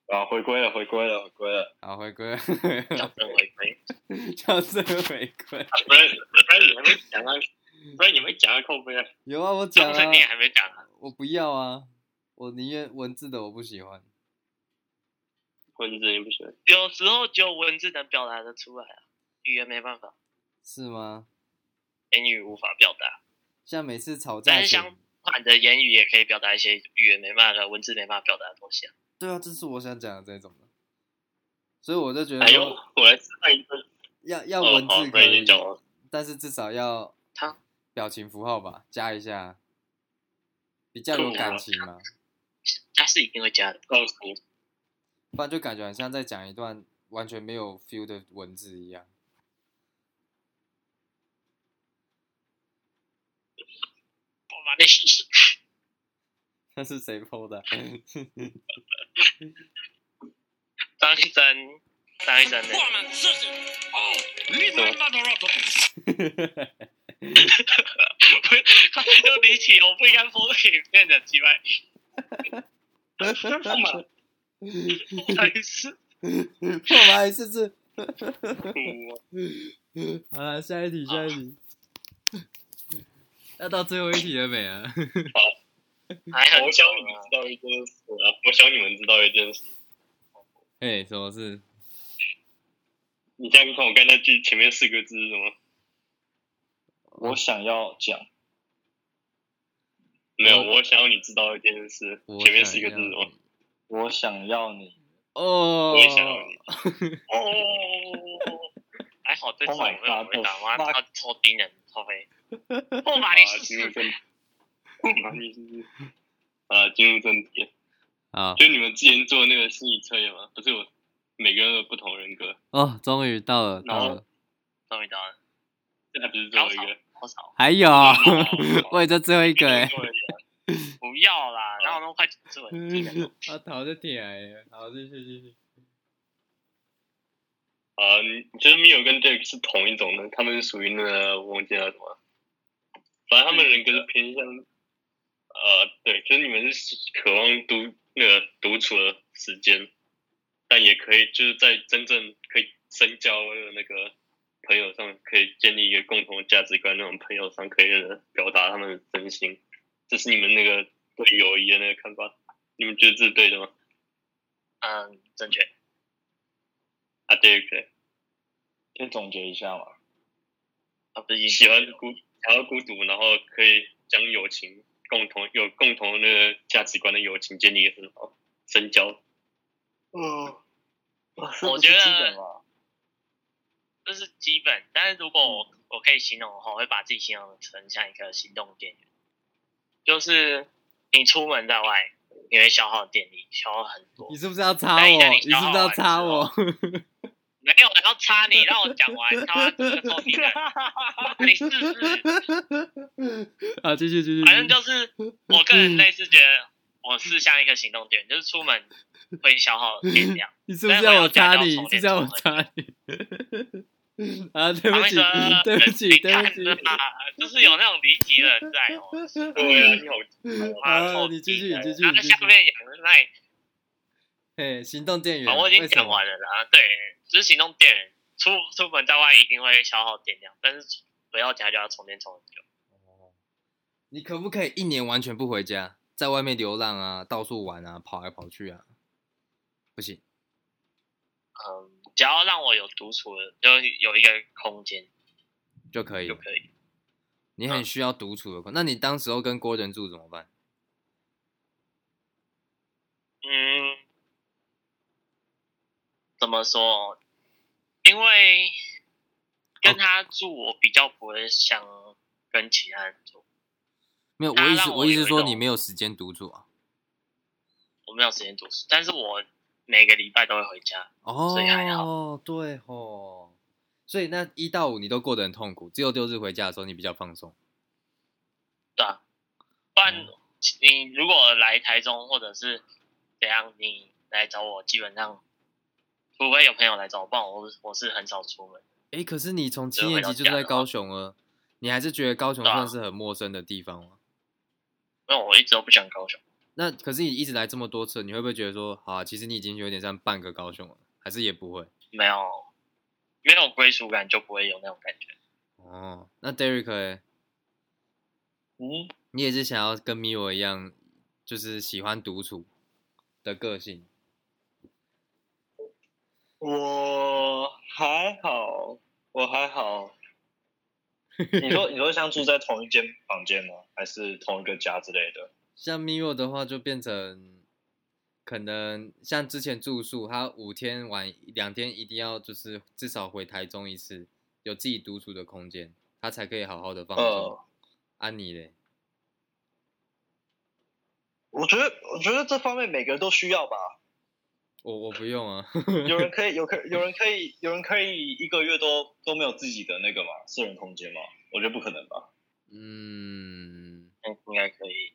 [SPEAKER 4] 啊，回归了，回归了，回归了，
[SPEAKER 3] 好回 归，
[SPEAKER 2] 掌声回归。
[SPEAKER 3] 叫这个回归。
[SPEAKER 1] 不然不然你还没讲啊，不然你没讲啊，扣分啊。
[SPEAKER 3] 有啊，我讲
[SPEAKER 2] 张成
[SPEAKER 3] 啊
[SPEAKER 2] 你，也还没讲啊？
[SPEAKER 3] 我不要啊，我宁愿文字的我不喜欢。
[SPEAKER 1] 文字你不喜欢，
[SPEAKER 2] 有时候只有文字能表达的出来啊，语言没办法，
[SPEAKER 3] 是吗？
[SPEAKER 2] 言语无法表达。
[SPEAKER 3] 像每次吵架
[SPEAKER 2] 但是
[SPEAKER 3] 前，
[SPEAKER 2] 相反的，言语也可以表达一些语言没办法、文字没办法表达的东西啊。
[SPEAKER 3] 对啊，这是我想讲的这种的，所以我就觉得
[SPEAKER 1] 哎呦
[SPEAKER 3] 说，
[SPEAKER 1] 我来示范一个。
[SPEAKER 3] 要要
[SPEAKER 1] 哦，
[SPEAKER 3] 文
[SPEAKER 1] 好，
[SPEAKER 3] 字
[SPEAKER 1] 不
[SPEAKER 3] 可
[SPEAKER 1] 然你
[SPEAKER 3] 以
[SPEAKER 1] 先，讲完。
[SPEAKER 3] 但是至少要
[SPEAKER 2] 他
[SPEAKER 3] 表情符号吧，加一下，比较有
[SPEAKER 1] 对啊
[SPEAKER 3] 感情嘛，
[SPEAKER 2] 他是一定会加的。
[SPEAKER 1] 告诉你，
[SPEAKER 3] 不然就感觉很像在讲一段完全没有 feel 的文字一样。
[SPEAKER 2] 我妈的，试试。
[SPEAKER 3] 那是谁 PO 的啊？
[SPEAKER 2] 张医生，张医生呢？
[SPEAKER 5] 们试试。哦，立马大头肉走。
[SPEAKER 2] 他就理解我不应该播这个影片的，奇怪，张医师，
[SPEAKER 3] 我们来试试。
[SPEAKER 1] 我
[SPEAKER 3] 好了，下一题，下一题。 要到最后一题了没啊？
[SPEAKER 2] 还很
[SPEAKER 1] 我
[SPEAKER 2] 久
[SPEAKER 1] 想你们
[SPEAKER 2] 啊
[SPEAKER 1] 知。道一件事啊，我想你们知道一件事。
[SPEAKER 3] 哎、什么事？
[SPEAKER 1] 你这样看我刚才那句前面四个字是什么？
[SPEAKER 3] 嗯
[SPEAKER 4] 我想要讲，
[SPEAKER 1] 没有，
[SPEAKER 3] 我
[SPEAKER 1] 我想要你知道一件事
[SPEAKER 3] 我。
[SPEAKER 1] 前面四个字
[SPEAKER 3] 想
[SPEAKER 1] 是
[SPEAKER 3] 要
[SPEAKER 1] 什么？
[SPEAKER 4] 我想要你。
[SPEAKER 3] 哦，
[SPEAKER 1] 我也想要你。
[SPEAKER 2] 哦，还好这次我
[SPEAKER 4] Oh my
[SPEAKER 2] 没有
[SPEAKER 4] God，
[SPEAKER 2] 回答，
[SPEAKER 4] 我
[SPEAKER 2] 妈
[SPEAKER 4] 妈
[SPEAKER 2] 超超低能，超 黑。我
[SPEAKER 1] 啊
[SPEAKER 2] 把你试
[SPEAKER 1] 进入
[SPEAKER 2] 试。
[SPEAKER 1] 正，啊你是不是啊，进入正题。
[SPEAKER 3] 啊
[SPEAKER 1] 就你们之前做的那个心理测验嘛，不是有每个人都有不同人格，
[SPEAKER 3] 哦，终于到了，
[SPEAKER 1] 然
[SPEAKER 3] 到
[SPEAKER 1] 后
[SPEAKER 3] 了，
[SPEAKER 2] 终于到了，
[SPEAKER 1] 这还不是最后一个？
[SPEAKER 2] 好吵！
[SPEAKER 3] 还有，
[SPEAKER 1] 啊
[SPEAKER 3] 我也就最后一个 哎、
[SPEAKER 1] 最后一个
[SPEAKER 2] 不要啦，然后那么快结束了，低能。
[SPEAKER 3] 啊，头就疼的，好，继续继续。
[SPEAKER 1] 啊，你就是 Mio 跟 Jack 是同一种的，他们是属于那个我忘记了什么，反正他们人格是偏向，呃，对，就是你们是渴望独那个独处的时间，但也可以就是在真正可以深交的那个朋友上，可以建立一个共同的价值观那种朋友上，可以表达他们的真心，这是你们那个对友谊的那个看法，你们觉得这是对的吗？
[SPEAKER 2] 嗯，正确。
[SPEAKER 1] 啊，对对。
[SPEAKER 4] 可以总结一下嘛？
[SPEAKER 2] 啊，不是
[SPEAKER 1] 你喜欢孤，想要孤独，然后可以将友情共同有共同那个价值观的友情建立得很好，深交。
[SPEAKER 4] 嗯，
[SPEAKER 2] 我觉得
[SPEAKER 4] 基本 嘛，
[SPEAKER 2] 这是基本，但是如果我我可以形容的话，我会把自己形容成像一个行动电源，就是你出门在外，你会消耗电力，消耗很多
[SPEAKER 3] 你。是不是要插
[SPEAKER 2] 那
[SPEAKER 1] 哎
[SPEAKER 2] 你
[SPEAKER 3] 我？
[SPEAKER 2] 那
[SPEAKER 3] 你
[SPEAKER 2] 你
[SPEAKER 3] 是不是要插
[SPEAKER 1] 啊
[SPEAKER 3] 我？
[SPEAKER 2] 没有，我要插你，让我讲完，他这个臭 屁的，你试试。
[SPEAKER 3] 啊，继续继续。
[SPEAKER 2] 反正
[SPEAKER 3] 嗯
[SPEAKER 2] 就是我个人类似觉得我是像一个行动电源，就是出门会消耗电量。
[SPEAKER 3] 你是不是要我插你？你是不是要我插你？ 啊，对
[SPEAKER 2] 他
[SPEAKER 3] 不
[SPEAKER 2] 们
[SPEAKER 3] 起
[SPEAKER 2] 说，
[SPEAKER 3] 对不起，
[SPEAKER 2] 你
[SPEAKER 3] 对
[SPEAKER 2] 看
[SPEAKER 3] 不起。嗯
[SPEAKER 2] 啊，就是有那种离奇的人在哦。
[SPEAKER 1] 对啊，你好，
[SPEAKER 2] 啊，
[SPEAKER 3] 啊，你继续，你继续，
[SPEAKER 2] 然
[SPEAKER 3] 你
[SPEAKER 2] 后
[SPEAKER 3] 继
[SPEAKER 2] 下
[SPEAKER 3] 续。
[SPEAKER 2] 面养的那一
[SPEAKER 3] 哎，行动电源，
[SPEAKER 2] 啊，我已经
[SPEAKER 3] 为什
[SPEAKER 2] 讲
[SPEAKER 3] 么？
[SPEAKER 2] 完了啦。对，就是行动电源，出出门在外一定会消耗电量，但是回到家就要充电充很久。
[SPEAKER 3] 你可不可以一年完全不回家，在外面流浪啊，到处玩啊，跑来跑去啊？不行，
[SPEAKER 2] 嗯，只要让我有独处的，就有一个空间
[SPEAKER 3] 就可以
[SPEAKER 2] 就嗯
[SPEAKER 3] 了。
[SPEAKER 2] 可以。
[SPEAKER 3] 你很需要独处的空。那你当时候跟郭仁住怎么办？
[SPEAKER 2] 嗯，怎么说？因为跟他住，我比较不会像跟其他人住，
[SPEAKER 3] 没有，我
[SPEAKER 2] 他
[SPEAKER 3] 意
[SPEAKER 2] 让
[SPEAKER 3] 思，
[SPEAKER 2] 我
[SPEAKER 3] 我意
[SPEAKER 2] 有
[SPEAKER 3] 思
[SPEAKER 2] 一
[SPEAKER 3] 说
[SPEAKER 2] 种
[SPEAKER 3] 你没有时间独处啊。
[SPEAKER 2] 我没有时间读书，但是我每个礼拜都会回家。所以还
[SPEAKER 3] 哦，对吼，所以那一到五你都过得很痛苦，只有六日回家的时候你比较放松。
[SPEAKER 2] 对啊，不然你如果来台中或者是怎样，你来找我，基本上除非有朋友来找我，不然我我是很少出门。
[SPEAKER 3] 哎，可是你从七
[SPEAKER 2] 就回
[SPEAKER 3] 年
[SPEAKER 2] 到
[SPEAKER 3] 级就
[SPEAKER 2] 家
[SPEAKER 3] 在
[SPEAKER 2] 了
[SPEAKER 3] 高雄了，你还是觉得高雄
[SPEAKER 2] 对啊
[SPEAKER 3] 算是很陌生的地方吗？
[SPEAKER 2] 因为我一直都不喜欢高雄，
[SPEAKER 3] 那可是你一直来这么多次，你会不会觉得说，好啊、其实你已经有点像半个高雄了，还是也不会？
[SPEAKER 2] 没有没有归属感就不会有那种感觉。
[SPEAKER 3] 哦，那 Derek，欸
[SPEAKER 4] 嗯，
[SPEAKER 3] 你也是想要跟 Miro 一样，就是喜欢独处的个性？
[SPEAKER 4] 我还好，我还 好。你说你说像住在同一间房间吗？还是同一个家之类的？
[SPEAKER 3] 像 Miro 的话，就变成可能像之前住宿，他五天玩两天，一定要就是至少回台中一次，有自己独处的空间，他才可以好好的放松
[SPEAKER 4] 呃。
[SPEAKER 3] 安、妮嘞，
[SPEAKER 4] 我觉得我觉得这方面每个人都需要吧。
[SPEAKER 3] 我我不用啊，
[SPEAKER 4] 有人可以有可有人可以有人可以一个月都都没有自己的那个嘛私人空间吗？我觉得不可能吧。
[SPEAKER 3] 嗯，
[SPEAKER 2] 嗯，应该可以。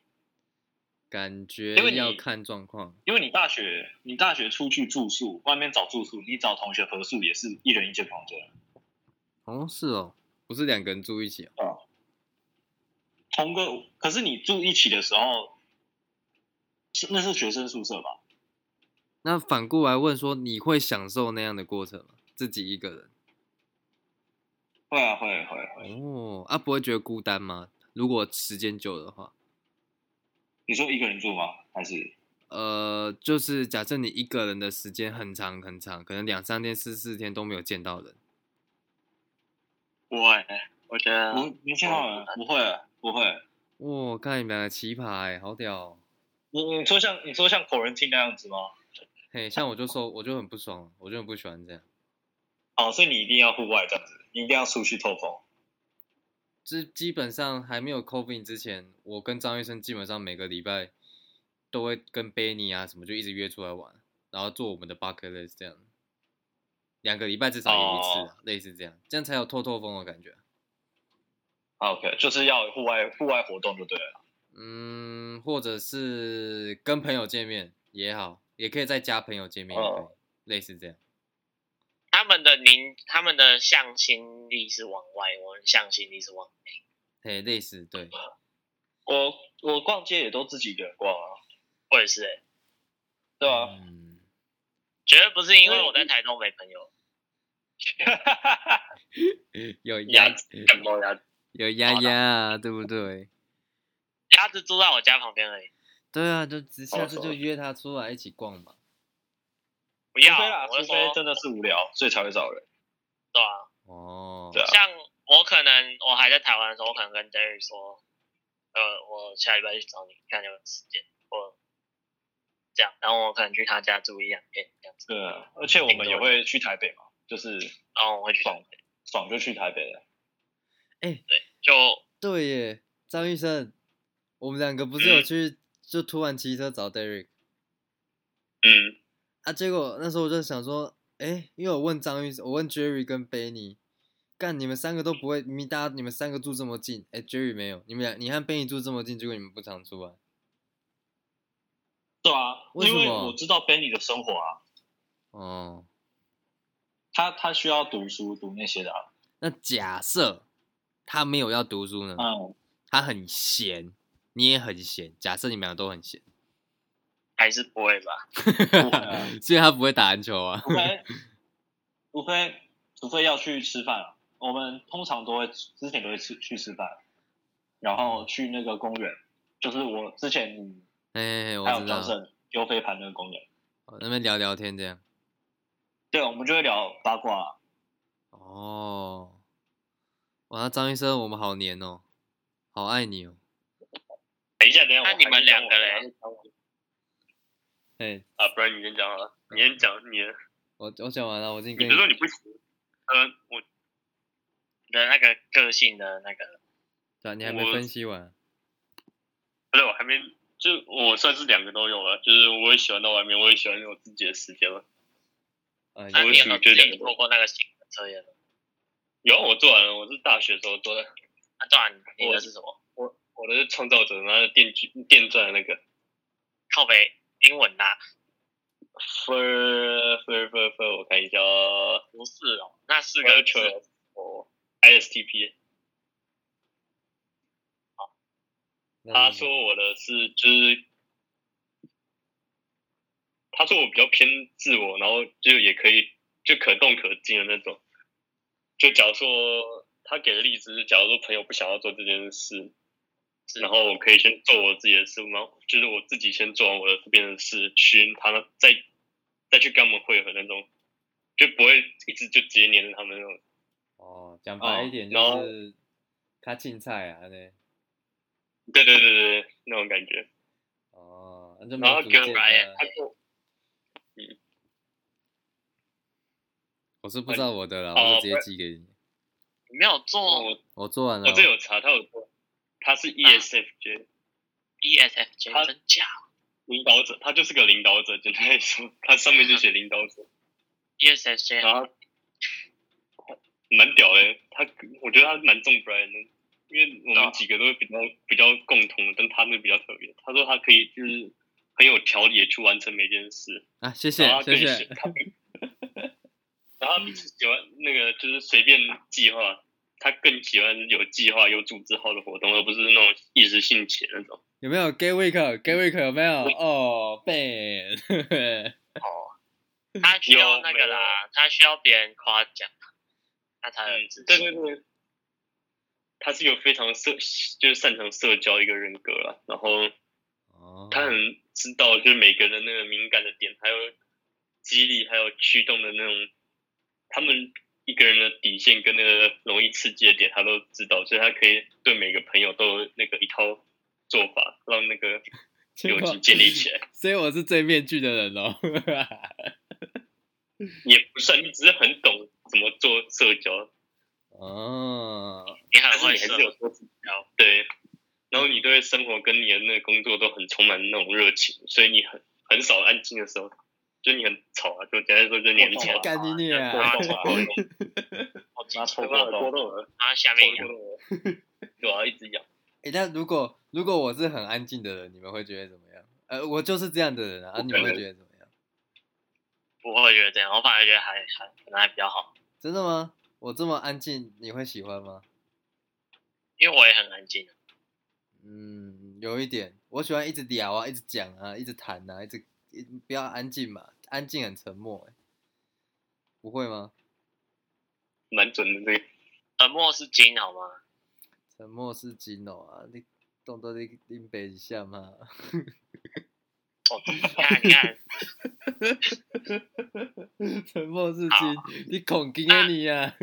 [SPEAKER 3] 感觉
[SPEAKER 4] 因为你
[SPEAKER 3] 要看状况。
[SPEAKER 4] 因为你大学你大学出去住宿，外面找住宿，你找同学合宿也是一人一间房间，
[SPEAKER 3] 哦，是哦，不是两个人住一起哦。
[SPEAKER 4] 同个可是你住一起的时候，是那是学生宿舍吧？
[SPEAKER 3] 那反过来问说，你会享受那样的过程吗？自己一个
[SPEAKER 4] 会啊会会会。
[SPEAKER 3] 人哦，啊，不会觉得孤单吗？如果时间久的话，
[SPEAKER 4] 你说一个人住吗？还是
[SPEAKER 3] 呃，就是假设你一个人的时间很长很长，可能两三天、四四天都没有见到人，
[SPEAKER 2] 我欸我觉得
[SPEAKER 4] 不没见到人？不会啊不会。
[SPEAKER 3] 哇，看你们两个奇葩哎、好屌哦、
[SPEAKER 4] 你你说像你说像口人听那样子吗？
[SPEAKER 3] 嘿，像我就说，我就很不爽，我就很不喜欢这样。
[SPEAKER 4] 哦，所以你一定要户外这样子，你一定要出去透风。
[SPEAKER 3] 这基本上还没有 COVID 之前，我跟张医生基本上每个礼拜都会跟 Benny 啊什么就一直约出来玩，然后做我们的 bucket list 这样，两个礼拜至少有一次啊、类似这样，这样才有透透风的感觉。
[SPEAKER 4] 啊 OK，就是要户外户外活动就对了。
[SPEAKER 3] 嗯，或者是跟朋友见面也好，也可以在家朋友见面也可以，
[SPEAKER 4] 哦
[SPEAKER 3] 类似这样。
[SPEAKER 2] 他们的凝，他们的向心力是往外，我们向心力是往内。
[SPEAKER 3] 嘿，类似对，
[SPEAKER 4] 我我逛街也都自己一个人逛啊，
[SPEAKER 2] 我也是、欸，
[SPEAKER 4] 对吧、
[SPEAKER 3] 嗯，
[SPEAKER 2] 绝对不是因为我在台中没朋友，
[SPEAKER 3] 有
[SPEAKER 1] 鸭
[SPEAKER 3] 鸭
[SPEAKER 1] 子感冒鸭子，
[SPEAKER 3] 有鸭鸭啊，对不对？
[SPEAKER 2] 鸭子住在我家旁边而已。
[SPEAKER 3] 对啊，就只下次
[SPEAKER 4] 好
[SPEAKER 3] 就约他出来一起逛嘛。
[SPEAKER 2] 不
[SPEAKER 4] 除
[SPEAKER 2] 要
[SPEAKER 4] 非啦，，
[SPEAKER 2] 我就
[SPEAKER 4] 除非
[SPEAKER 2] 说
[SPEAKER 4] 真的是无聊，所以才会找人。
[SPEAKER 2] 对啊，
[SPEAKER 3] 哦，
[SPEAKER 4] 对啊
[SPEAKER 2] 像我可能我还在台湾的时候，我可能跟 Derry 说，呃，我下礼拜去找你，看有没有时间，或这样，然后我可能去他家住一两天这样子，
[SPEAKER 4] 对啊，而且我们也会去台北嘛，就是
[SPEAKER 2] 然后我会去台
[SPEAKER 4] 爽
[SPEAKER 2] 北，
[SPEAKER 4] 爽就去台北了。
[SPEAKER 2] 就
[SPEAKER 3] 对耶，张医生，我们两个不是
[SPEAKER 4] 嗯
[SPEAKER 3] 有去，就突然骑车找 Derek
[SPEAKER 1] 嗯，
[SPEAKER 3] 啊，结果那时候我就想说，哎，因为我问张医生，我问 Jerry 跟 Benny，干你们三个都不会，你大家你们三个住这么近，哎，Jerry 没有，你们俩你和 Benny 住这么近，结果你们不常出来，
[SPEAKER 4] 对啊，
[SPEAKER 3] 为什
[SPEAKER 4] 因
[SPEAKER 3] 么
[SPEAKER 4] 为我知道 Benny 的生活啊，
[SPEAKER 3] 哦，
[SPEAKER 4] 他他需要读书读那些的啊。
[SPEAKER 3] 那假设他没有要读书呢，
[SPEAKER 4] 嗯，
[SPEAKER 3] 他很闲，你也很闲，假设你们俩都很闲，
[SPEAKER 2] 还是不会吧。
[SPEAKER 4] 会啊
[SPEAKER 3] 所以他不会打篮球啊，
[SPEAKER 4] 除非除非除非要去吃饭啊，我们通常都会之前都会吃去吃饭，然后去那个公园，就是我之前你
[SPEAKER 3] 嘿嘿嘿，
[SPEAKER 4] 还
[SPEAKER 3] 我
[SPEAKER 4] 有
[SPEAKER 3] 知
[SPEAKER 4] 张
[SPEAKER 3] 道，
[SPEAKER 4] 胜丢飞盘那个公园，
[SPEAKER 3] 那边聊聊天这样，
[SPEAKER 4] 对，我们就会聊八卦啊、
[SPEAKER 3] 哦，哇，那张医生，我们好黏哦，好爱你哦。
[SPEAKER 1] 等一下，等一下，
[SPEAKER 2] 那
[SPEAKER 1] 我
[SPEAKER 2] 你们
[SPEAKER 1] 还没讲
[SPEAKER 2] 两个
[SPEAKER 1] 完
[SPEAKER 2] 嘞
[SPEAKER 1] 我还没讲完
[SPEAKER 3] 哎，
[SPEAKER 1] 啊，不然你先讲好了，你先讲，你的
[SPEAKER 3] 我我讲完了，我已经
[SPEAKER 1] 你
[SPEAKER 3] 跟你
[SPEAKER 1] 不是说你不行？呃，我
[SPEAKER 2] 的那个个性的那个，
[SPEAKER 3] 对啊，你还没
[SPEAKER 1] 我
[SPEAKER 3] 分析完。
[SPEAKER 1] 不是我还没就我算是两个都有了，就是我也喜欢到外面，我也喜欢有自己的时间了。
[SPEAKER 3] 呃，
[SPEAKER 2] 那你有没有自
[SPEAKER 1] 觉得
[SPEAKER 2] 己做过那个心理测验呢？
[SPEAKER 1] 有啊，我做完了，我是大学的时候做的，
[SPEAKER 2] 啊，对啊，你你的是什么？
[SPEAKER 1] 我的是创造者，然后电锯电钻的那个。
[SPEAKER 2] 靠北英文呐、
[SPEAKER 1] 分分分分，我看一下哦
[SPEAKER 2] 不是哦，那四个字
[SPEAKER 1] ，Virtual 哦，ISTP。
[SPEAKER 3] 那
[SPEAKER 1] 他说我的是就是，他说我比较偏自我，然后就也可以就可动可静的那种。就假如说他给的例子是，假如说朋友不想要做这件事，然后我可以先做我自己的事，然后就是我自己先做完我的这边的事，去他那再再去跟他们会合那种，就不会一直就直接黏着他们那种。
[SPEAKER 3] 哦，讲白一点就
[SPEAKER 1] 哦然后
[SPEAKER 3] 是他青菜啊呢，
[SPEAKER 1] 对对对对，对那种感觉。
[SPEAKER 3] 哦，那就没
[SPEAKER 1] 然后
[SPEAKER 3] 有主
[SPEAKER 1] 他给我
[SPEAKER 3] 见
[SPEAKER 1] Ryan，
[SPEAKER 3] 了。
[SPEAKER 1] 他给我
[SPEAKER 3] 我是不知道我的了，我
[SPEAKER 1] 哦
[SPEAKER 3] 就直接寄给你。
[SPEAKER 2] 你没有做
[SPEAKER 1] 我
[SPEAKER 3] 我做完了
[SPEAKER 1] 哦我，这有查，他有说他
[SPEAKER 3] 啊
[SPEAKER 1] 是 E ESFJ他
[SPEAKER 2] ESFJ，真假
[SPEAKER 1] 领导者，他就是个领导者。简单来说，他上面就写领导 者，然
[SPEAKER 2] ？ESFJ
[SPEAKER 1] 后蛮屌的。他我觉得他蛮重 Brian 的，因为我
[SPEAKER 3] 哦
[SPEAKER 1] 们几个都是比较比较共同的，但他那个比较特别。他说他可以就是很有条理的去完成每件事，
[SPEAKER 3] 啊，谢谢
[SPEAKER 1] 然后他
[SPEAKER 3] 谢
[SPEAKER 1] 更喜
[SPEAKER 3] 谢，
[SPEAKER 1] 他更然后他比喜欢那个就是随便计划，他更喜欢有计划、有组织好的活动，而不是那种一时兴起的那种。
[SPEAKER 3] 有没有 Gay Week？Gay Week 有没有？哦，Ben，
[SPEAKER 2] 哦，他需要那个啦，他需要别人夸奖，他才
[SPEAKER 1] 嗯
[SPEAKER 2] 能自，
[SPEAKER 1] 对
[SPEAKER 2] 信。
[SPEAKER 1] 对对，他是有非常社，就是擅长社交一个人格了。然后
[SPEAKER 3] 哦，
[SPEAKER 1] 他很知道就是每个人的那个敏感的点，还有激励，还有驱动的那种，他们一个人的底线跟那个容易刺激的点，他都知道，所以他可以对每个朋友都有那个一套做法，让那个
[SPEAKER 3] 结
[SPEAKER 1] 友
[SPEAKER 3] 果
[SPEAKER 1] 情建立起来。
[SPEAKER 3] 所以我是最面具的人哦。
[SPEAKER 1] 也不算，你只是很懂怎么做社交，
[SPEAKER 3] 哦，
[SPEAKER 2] 你很
[SPEAKER 1] 但是
[SPEAKER 2] 会
[SPEAKER 1] 你还
[SPEAKER 2] 社
[SPEAKER 1] 是有多指标，对。然后你对生活跟你的那个工作都很充满那种热情，所以你很很少安静的时候，就你很吵啊，就简单说就是你很吵啊，
[SPEAKER 3] 干你你
[SPEAKER 1] 过
[SPEAKER 3] 啊！
[SPEAKER 1] 动啊，过动
[SPEAKER 2] 我
[SPEAKER 4] 那
[SPEAKER 1] 他
[SPEAKER 4] 错
[SPEAKER 1] 妈
[SPEAKER 4] 过
[SPEAKER 1] 的过
[SPEAKER 4] 都
[SPEAKER 1] 动了，
[SPEAKER 2] 然后下
[SPEAKER 1] 过
[SPEAKER 2] 面
[SPEAKER 1] 动
[SPEAKER 2] 有
[SPEAKER 1] 了，对啊，一直咬，
[SPEAKER 3] 诶，但如果如果我是很安静的人，你们会觉得怎么样？呃，我就是这样的人啊，啊
[SPEAKER 1] 不可能
[SPEAKER 3] 你们会觉得怎么样？
[SPEAKER 2] 不会觉得这样，我反而觉得还还可能还比较好，
[SPEAKER 3] 真的吗？我这么安静，你会喜欢吗？
[SPEAKER 2] 因为我也很安静。
[SPEAKER 3] 嗯，有一点，我喜欢一直聊啊，一直讲啊，一直谈啊，一直一不要安静嘛，安静很沉默、欸。不会吗？
[SPEAKER 1] 蛮准的这个。
[SPEAKER 2] 沉默是金好吗？
[SPEAKER 3] 沉默是金哦啊，你动作你拎背一下嘛。
[SPEAKER 2] 哦，你看你看，
[SPEAKER 3] 沉默是金，你恐惊啊你啊！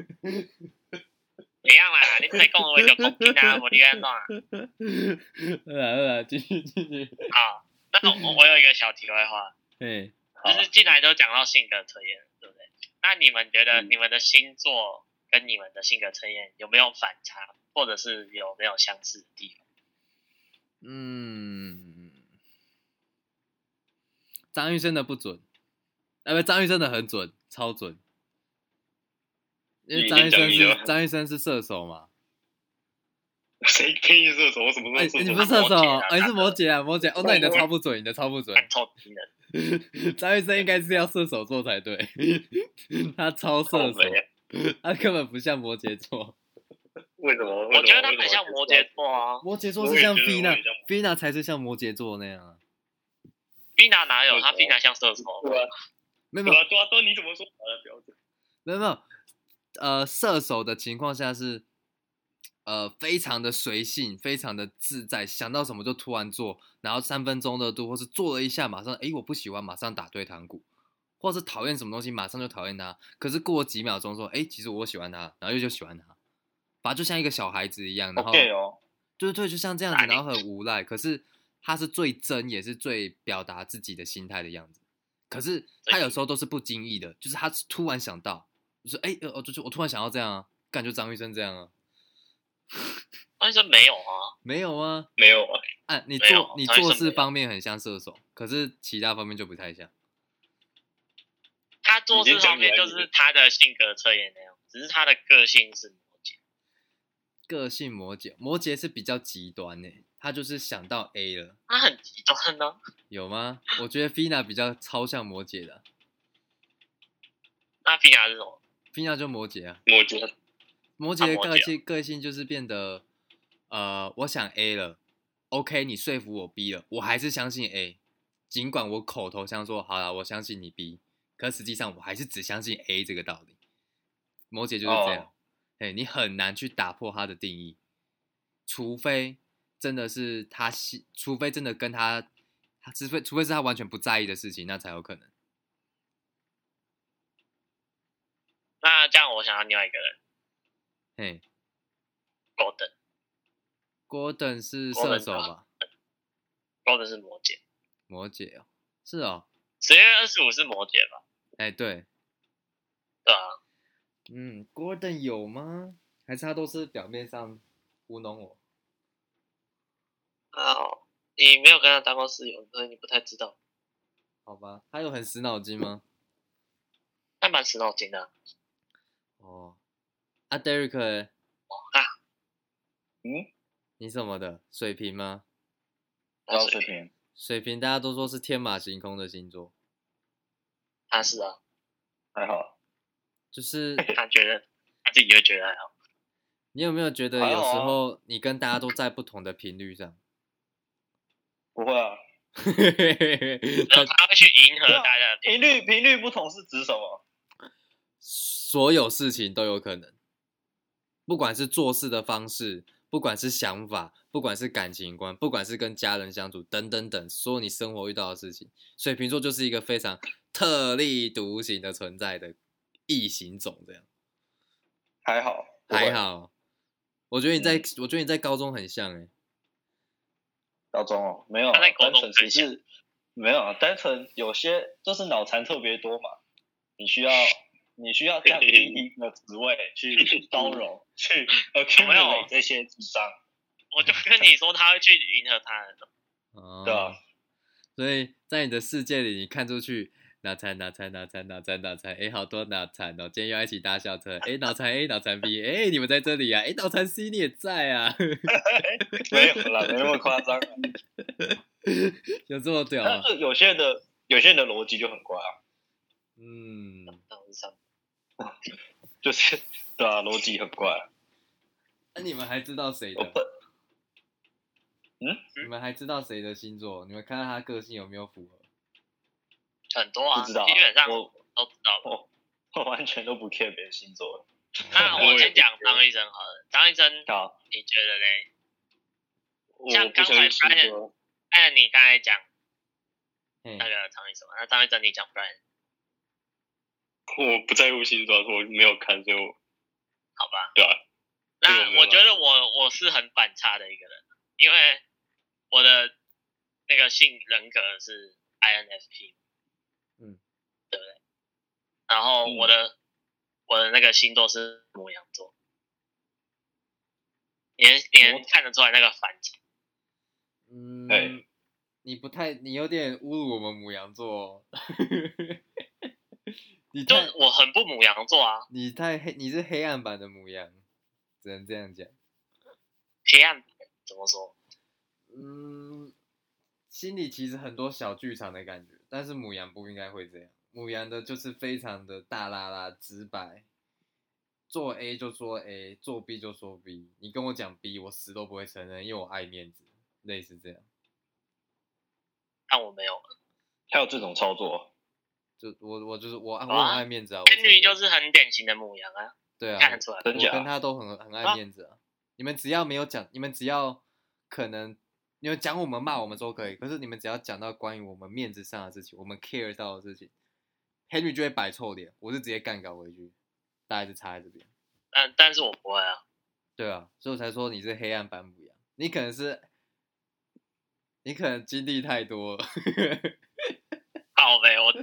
[SPEAKER 2] 怎样啦？你再讲我就不听啊，我你安怎？
[SPEAKER 3] 好啦好啦，继续继续。
[SPEAKER 2] 好，那我我有一个小题外话，
[SPEAKER 3] 哎，
[SPEAKER 1] 好
[SPEAKER 2] 就是进来都讲到性格测验，对不对？那你们觉得
[SPEAKER 1] 嗯
[SPEAKER 2] 你们的星座跟你们的性格测验有没有反差，或者是有没有相似的地方？
[SPEAKER 3] 嗯，张玉生的不准，啊不，张玉生的很准，超准。因为
[SPEAKER 1] 你
[SPEAKER 3] 张玉生
[SPEAKER 1] 你讲你
[SPEAKER 3] 是
[SPEAKER 1] 的
[SPEAKER 3] 张玉生是射手嘛，
[SPEAKER 1] 谁跟你射手？我什么
[SPEAKER 3] 哎、
[SPEAKER 1] 时候射
[SPEAKER 3] 你
[SPEAKER 1] 手？
[SPEAKER 3] 不是射手
[SPEAKER 2] 摩羯
[SPEAKER 3] 哦
[SPEAKER 2] 啊，
[SPEAKER 3] 哎、是摩羯啊，摩羯哦，那你的超不准，你的超不准。
[SPEAKER 2] 看透敌人，
[SPEAKER 3] 张玉生应该是要射手座才对， 他超射
[SPEAKER 1] 靠
[SPEAKER 3] 手
[SPEAKER 1] 北，啊
[SPEAKER 3] 他根本不像摩羯座。
[SPEAKER 1] 为什么？
[SPEAKER 2] 我觉得他很像摩羯座啊。
[SPEAKER 3] 摩羯座
[SPEAKER 1] 我
[SPEAKER 3] 是
[SPEAKER 1] 也
[SPEAKER 3] 像
[SPEAKER 1] 觉得我也像
[SPEAKER 3] Fina，Fina 才是像摩羯座那样啊。
[SPEAKER 2] Fina 哪有？啊
[SPEAKER 1] 射手
[SPEAKER 2] 他 Fina 像射手，
[SPEAKER 1] 对啊，
[SPEAKER 3] 没有没
[SPEAKER 1] 对
[SPEAKER 3] 有
[SPEAKER 1] 啊，对啊，都你怎么说？好了，不要这样
[SPEAKER 3] 没有没有，呃，射手的情况下是，呃，非常的随性，非常的自在，想到什么就突然做，然后三分钟热度，或是做了一下，马上诶我不喜欢，马上打退堂鼓，或是讨厌什么东西，马上就讨厌他。可是过几秒钟说，诶，其实我喜欢他，然后又就喜欢他，反正就像一个小孩子一样，然后
[SPEAKER 4] OK 哦，
[SPEAKER 3] 对对，就像这样
[SPEAKER 2] 哪
[SPEAKER 3] 子，
[SPEAKER 2] 里
[SPEAKER 3] 然后 很无赖，可是他是最真，也是最表达自己的心态的样子。可是他有时候都是不经意的，就是他突然想到，就是哎，呃哦，就是我突然想要这样啊，感觉张医生这样啊，
[SPEAKER 2] 但是没有啊。
[SPEAKER 3] 没有啊，
[SPEAKER 1] 没有啊，
[SPEAKER 3] 啊，你
[SPEAKER 2] 没有
[SPEAKER 3] 做你
[SPEAKER 2] 他会
[SPEAKER 3] 做
[SPEAKER 2] 什么
[SPEAKER 3] 事
[SPEAKER 2] 的
[SPEAKER 3] 方面很像射手，可是其他方面就不太像。
[SPEAKER 2] 他做事方面就是他的性格测验那样，只是他的个性是摩羯，
[SPEAKER 3] 个性摩羯，摩羯是比较极端诶、他就是想到 A 了，
[SPEAKER 2] 他很极端啊呢、
[SPEAKER 3] 有吗？我觉得 Fina 比较超像摩羯的啊
[SPEAKER 2] 那皮亚是什么？
[SPEAKER 3] ，Fina 就摩羯啊。
[SPEAKER 1] 摩羯，
[SPEAKER 3] 摩羯的
[SPEAKER 2] 摩羯
[SPEAKER 3] 个
[SPEAKER 2] 啊
[SPEAKER 3] 性个性就是变得，呃，我想 A 了，OK，你说服我 B 了，我还是相信 A，尽管我口头上说好了，我相信你 B，可实际上我还是只相信 A 这个道理。摩羯就是这样，哎、你很难去打破他的定义，除非真的是他喜，除非真的跟他，他除非除非是他完全不在意的事情，那才有可能。
[SPEAKER 2] 那这样我想要另外一个人
[SPEAKER 3] 嘿
[SPEAKER 2] ，Golden，Golden
[SPEAKER 3] ，Gordon 是
[SPEAKER 2] Gordon
[SPEAKER 3] 射手
[SPEAKER 2] 啊
[SPEAKER 3] 吧？
[SPEAKER 2] 是摩羯，
[SPEAKER 3] 摩羯哦，是哦，
[SPEAKER 2] 十月二十五是摩羯吧？
[SPEAKER 3] 哎、对。
[SPEAKER 2] 对啊，
[SPEAKER 3] 嗯，Gordon 有吗？还是他都是表面上糊弄我？
[SPEAKER 2] 哦，你没有跟他当过室友，所以你不太知道，
[SPEAKER 3] 好吧，他有很死脑筋吗？
[SPEAKER 2] 他蛮死脑筋的啊。
[SPEAKER 3] 哦，啊，Derek，欸
[SPEAKER 2] 啊，
[SPEAKER 4] 嗯，
[SPEAKER 3] 你什么的？水瓶吗？
[SPEAKER 4] 然
[SPEAKER 2] 他
[SPEAKER 4] 后
[SPEAKER 2] 水
[SPEAKER 4] 水
[SPEAKER 2] 瓶，
[SPEAKER 4] 平，
[SPEAKER 3] 水瓶大家都说是天马行空的星座，
[SPEAKER 2] 他是啊，
[SPEAKER 4] 还好，
[SPEAKER 3] 就是
[SPEAKER 2] 他觉得他自己会觉得还好。
[SPEAKER 3] 你有没有觉得
[SPEAKER 4] 还
[SPEAKER 3] 有时
[SPEAKER 4] 好啊
[SPEAKER 3] 候你跟大家都在不同的频率 上？
[SPEAKER 4] 不会啊。
[SPEAKER 3] 他
[SPEAKER 2] 他会去迎合大家的评
[SPEAKER 4] 频率频率不同是指什么？
[SPEAKER 3] 所有事情都有可能，不管是做事的方式，不管是想法，不管是感情观，不管是跟家人相处等等等，所有你生活遇到的事情，水瓶座就是一个非常特立独行的存在的异形种，这样
[SPEAKER 4] 还好，不会
[SPEAKER 3] 还。好。我觉得你在，
[SPEAKER 4] 嗯
[SPEAKER 3] 我觉得你在高中很像欸诶、
[SPEAKER 4] 高中哦，没有啊
[SPEAKER 2] 他在，高
[SPEAKER 4] 单
[SPEAKER 2] 中
[SPEAKER 4] 纯只
[SPEAKER 2] 分享
[SPEAKER 4] 是没有啊，单纯有些就是脑残特别多嘛，你需要你 需要降低一个职位去包容， 去 accumulate 这些智商，
[SPEAKER 2] 我就跟你说，他会去迎合他的人。
[SPEAKER 3] 哦
[SPEAKER 4] 对啊，
[SPEAKER 3] 所以在你的世界里，你看出去，脑残脑残脑残脑残脑残，哎，好多脑残哦！今天又要一起搭校车，哎，脑残 A 脑残 B，哎，你们在这里啊，哎，脑残 C 你也在啊，
[SPEAKER 4] 没有啦，没那么夸张啊。
[SPEAKER 3] 有这么屌
[SPEAKER 4] 但
[SPEAKER 3] 吗？
[SPEAKER 4] 是有些人的有些人的逻辑就很怪啊，
[SPEAKER 3] 嗯，
[SPEAKER 2] 当时上
[SPEAKER 4] 就是对啊，逻辑很怪啊、
[SPEAKER 3] 那、你们还知道谁
[SPEAKER 4] 我
[SPEAKER 3] 的？
[SPEAKER 4] 本
[SPEAKER 3] 你们还知道谁的星座？你们看看他个性有没有符合？
[SPEAKER 2] 很多啊，
[SPEAKER 4] 不知道啊、
[SPEAKER 2] 基本上
[SPEAKER 4] 我
[SPEAKER 2] 都知道了。
[SPEAKER 4] 我完全都不 care 别人星座了。
[SPEAKER 2] 那我先讲张医生好了，张医生
[SPEAKER 4] 好，
[SPEAKER 2] 你觉得嘞？
[SPEAKER 4] 我
[SPEAKER 2] 像
[SPEAKER 4] 不
[SPEAKER 2] 刚才
[SPEAKER 4] 相信星
[SPEAKER 2] Brian
[SPEAKER 4] 座。
[SPEAKER 2] 按你刚才讲
[SPEAKER 3] 嘿
[SPEAKER 2] 那，个张医生嘛，那张医生你讲不然
[SPEAKER 1] 我不在乎星座，我没有看，所以我
[SPEAKER 2] 好吧？
[SPEAKER 1] 对啊，这个我没
[SPEAKER 2] 那
[SPEAKER 1] 有
[SPEAKER 2] 我觉得我我是很反差的一个人，啊因为我的那个性人格是 INFP，
[SPEAKER 3] 嗯，
[SPEAKER 2] 对不对？然后
[SPEAKER 4] 嗯
[SPEAKER 2] 我的、我的那个星座是母羊座，你能你能看得出来那个反差？
[SPEAKER 3] 嗯，
[SPEAKER 4] 哎
[SPEAKER 3] 你不太，你有点侮辱我们母羊座、哦， 你
[SPEAKER 2] 就
[SPEAKER 3] 太
[SPEAKER 2] 我很不母羊座啊，
[SPEAKER 3] 你太黑，你是黑暗版的母羊，只能这样讲。
[SPEAKER 2] 黑暗怎么说？
[SPEAKER 3] 嗯，心里其实很多小剧场的感觉，但是母羊不应该会这样。母羊的就是非常的大啦啦、直白，做 A 就说 A，做 B 就说 B。你跟我讲 B，我死都不会承认，因为我爱面子，类似这样。
[SPEAKER 2] 但我没有，
[SPEAKER 4] 还有这种操作，
[SPEAKER 3] 就我我就是我爱我
[SPEAKER 2] 好啊
[SPEAKER 3] 很爱面子啊，我
[SPEAKER 2] 仙女
[SPEAKER 3] 承认
[SPEAKER 2] 就是很典型的母羊啊，
[SPEAKER 3] 对
[SPEAKER 1] 嗯
[SPEAKER 3] 啊，
[SPEAKER 2] 看得出来。
[SPEAKER 4] 真
[SPEAKER 3] 我
[SPEAKER 4] 假
[SPEAKER 3] 跟他都很很爱
[SPEAKER 2] 啊
[SPEAKER 3] 面子啊。你们只要没有讲，你们只要可能你们讲我们骂我们都可以，可是你们只要讲到关于我们面子上的事情，我们 care 到的事情，Henry 就会摆臭脸，我是直接干搞回去，大概是差在这边。
[SPEAKER 2] 但但是我不会啊，
[SPEAKER 3] 对啊，所以我才说你是黑暗版母羊，你可能是你可能经历太多了，
[SPEAKER 2] 好呗，我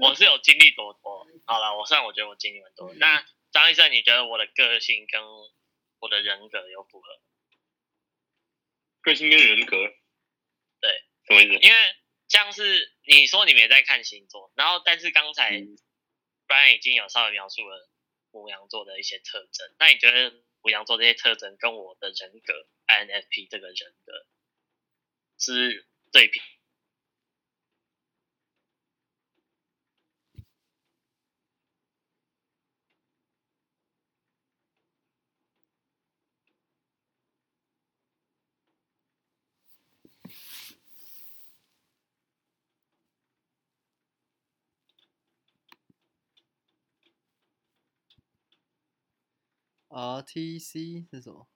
[SPEAKER 2] 我是有经历多多。好了，我算我觉得我经历蛮多。那张医生，你觉得我的个性跟我的人格有符合？
[SPEAKER 1] 个性跟人格，什么意思？
[SPEAKER 2] 因为像是你说你没在看星座，然后但是刚才 Brian 已经有稍微描述了母羊座的一些特征，那你觉得母羊座这些特征跟我的人格 INFP 这个人格是对比？
[SPEAKER 3] RTC 是什么？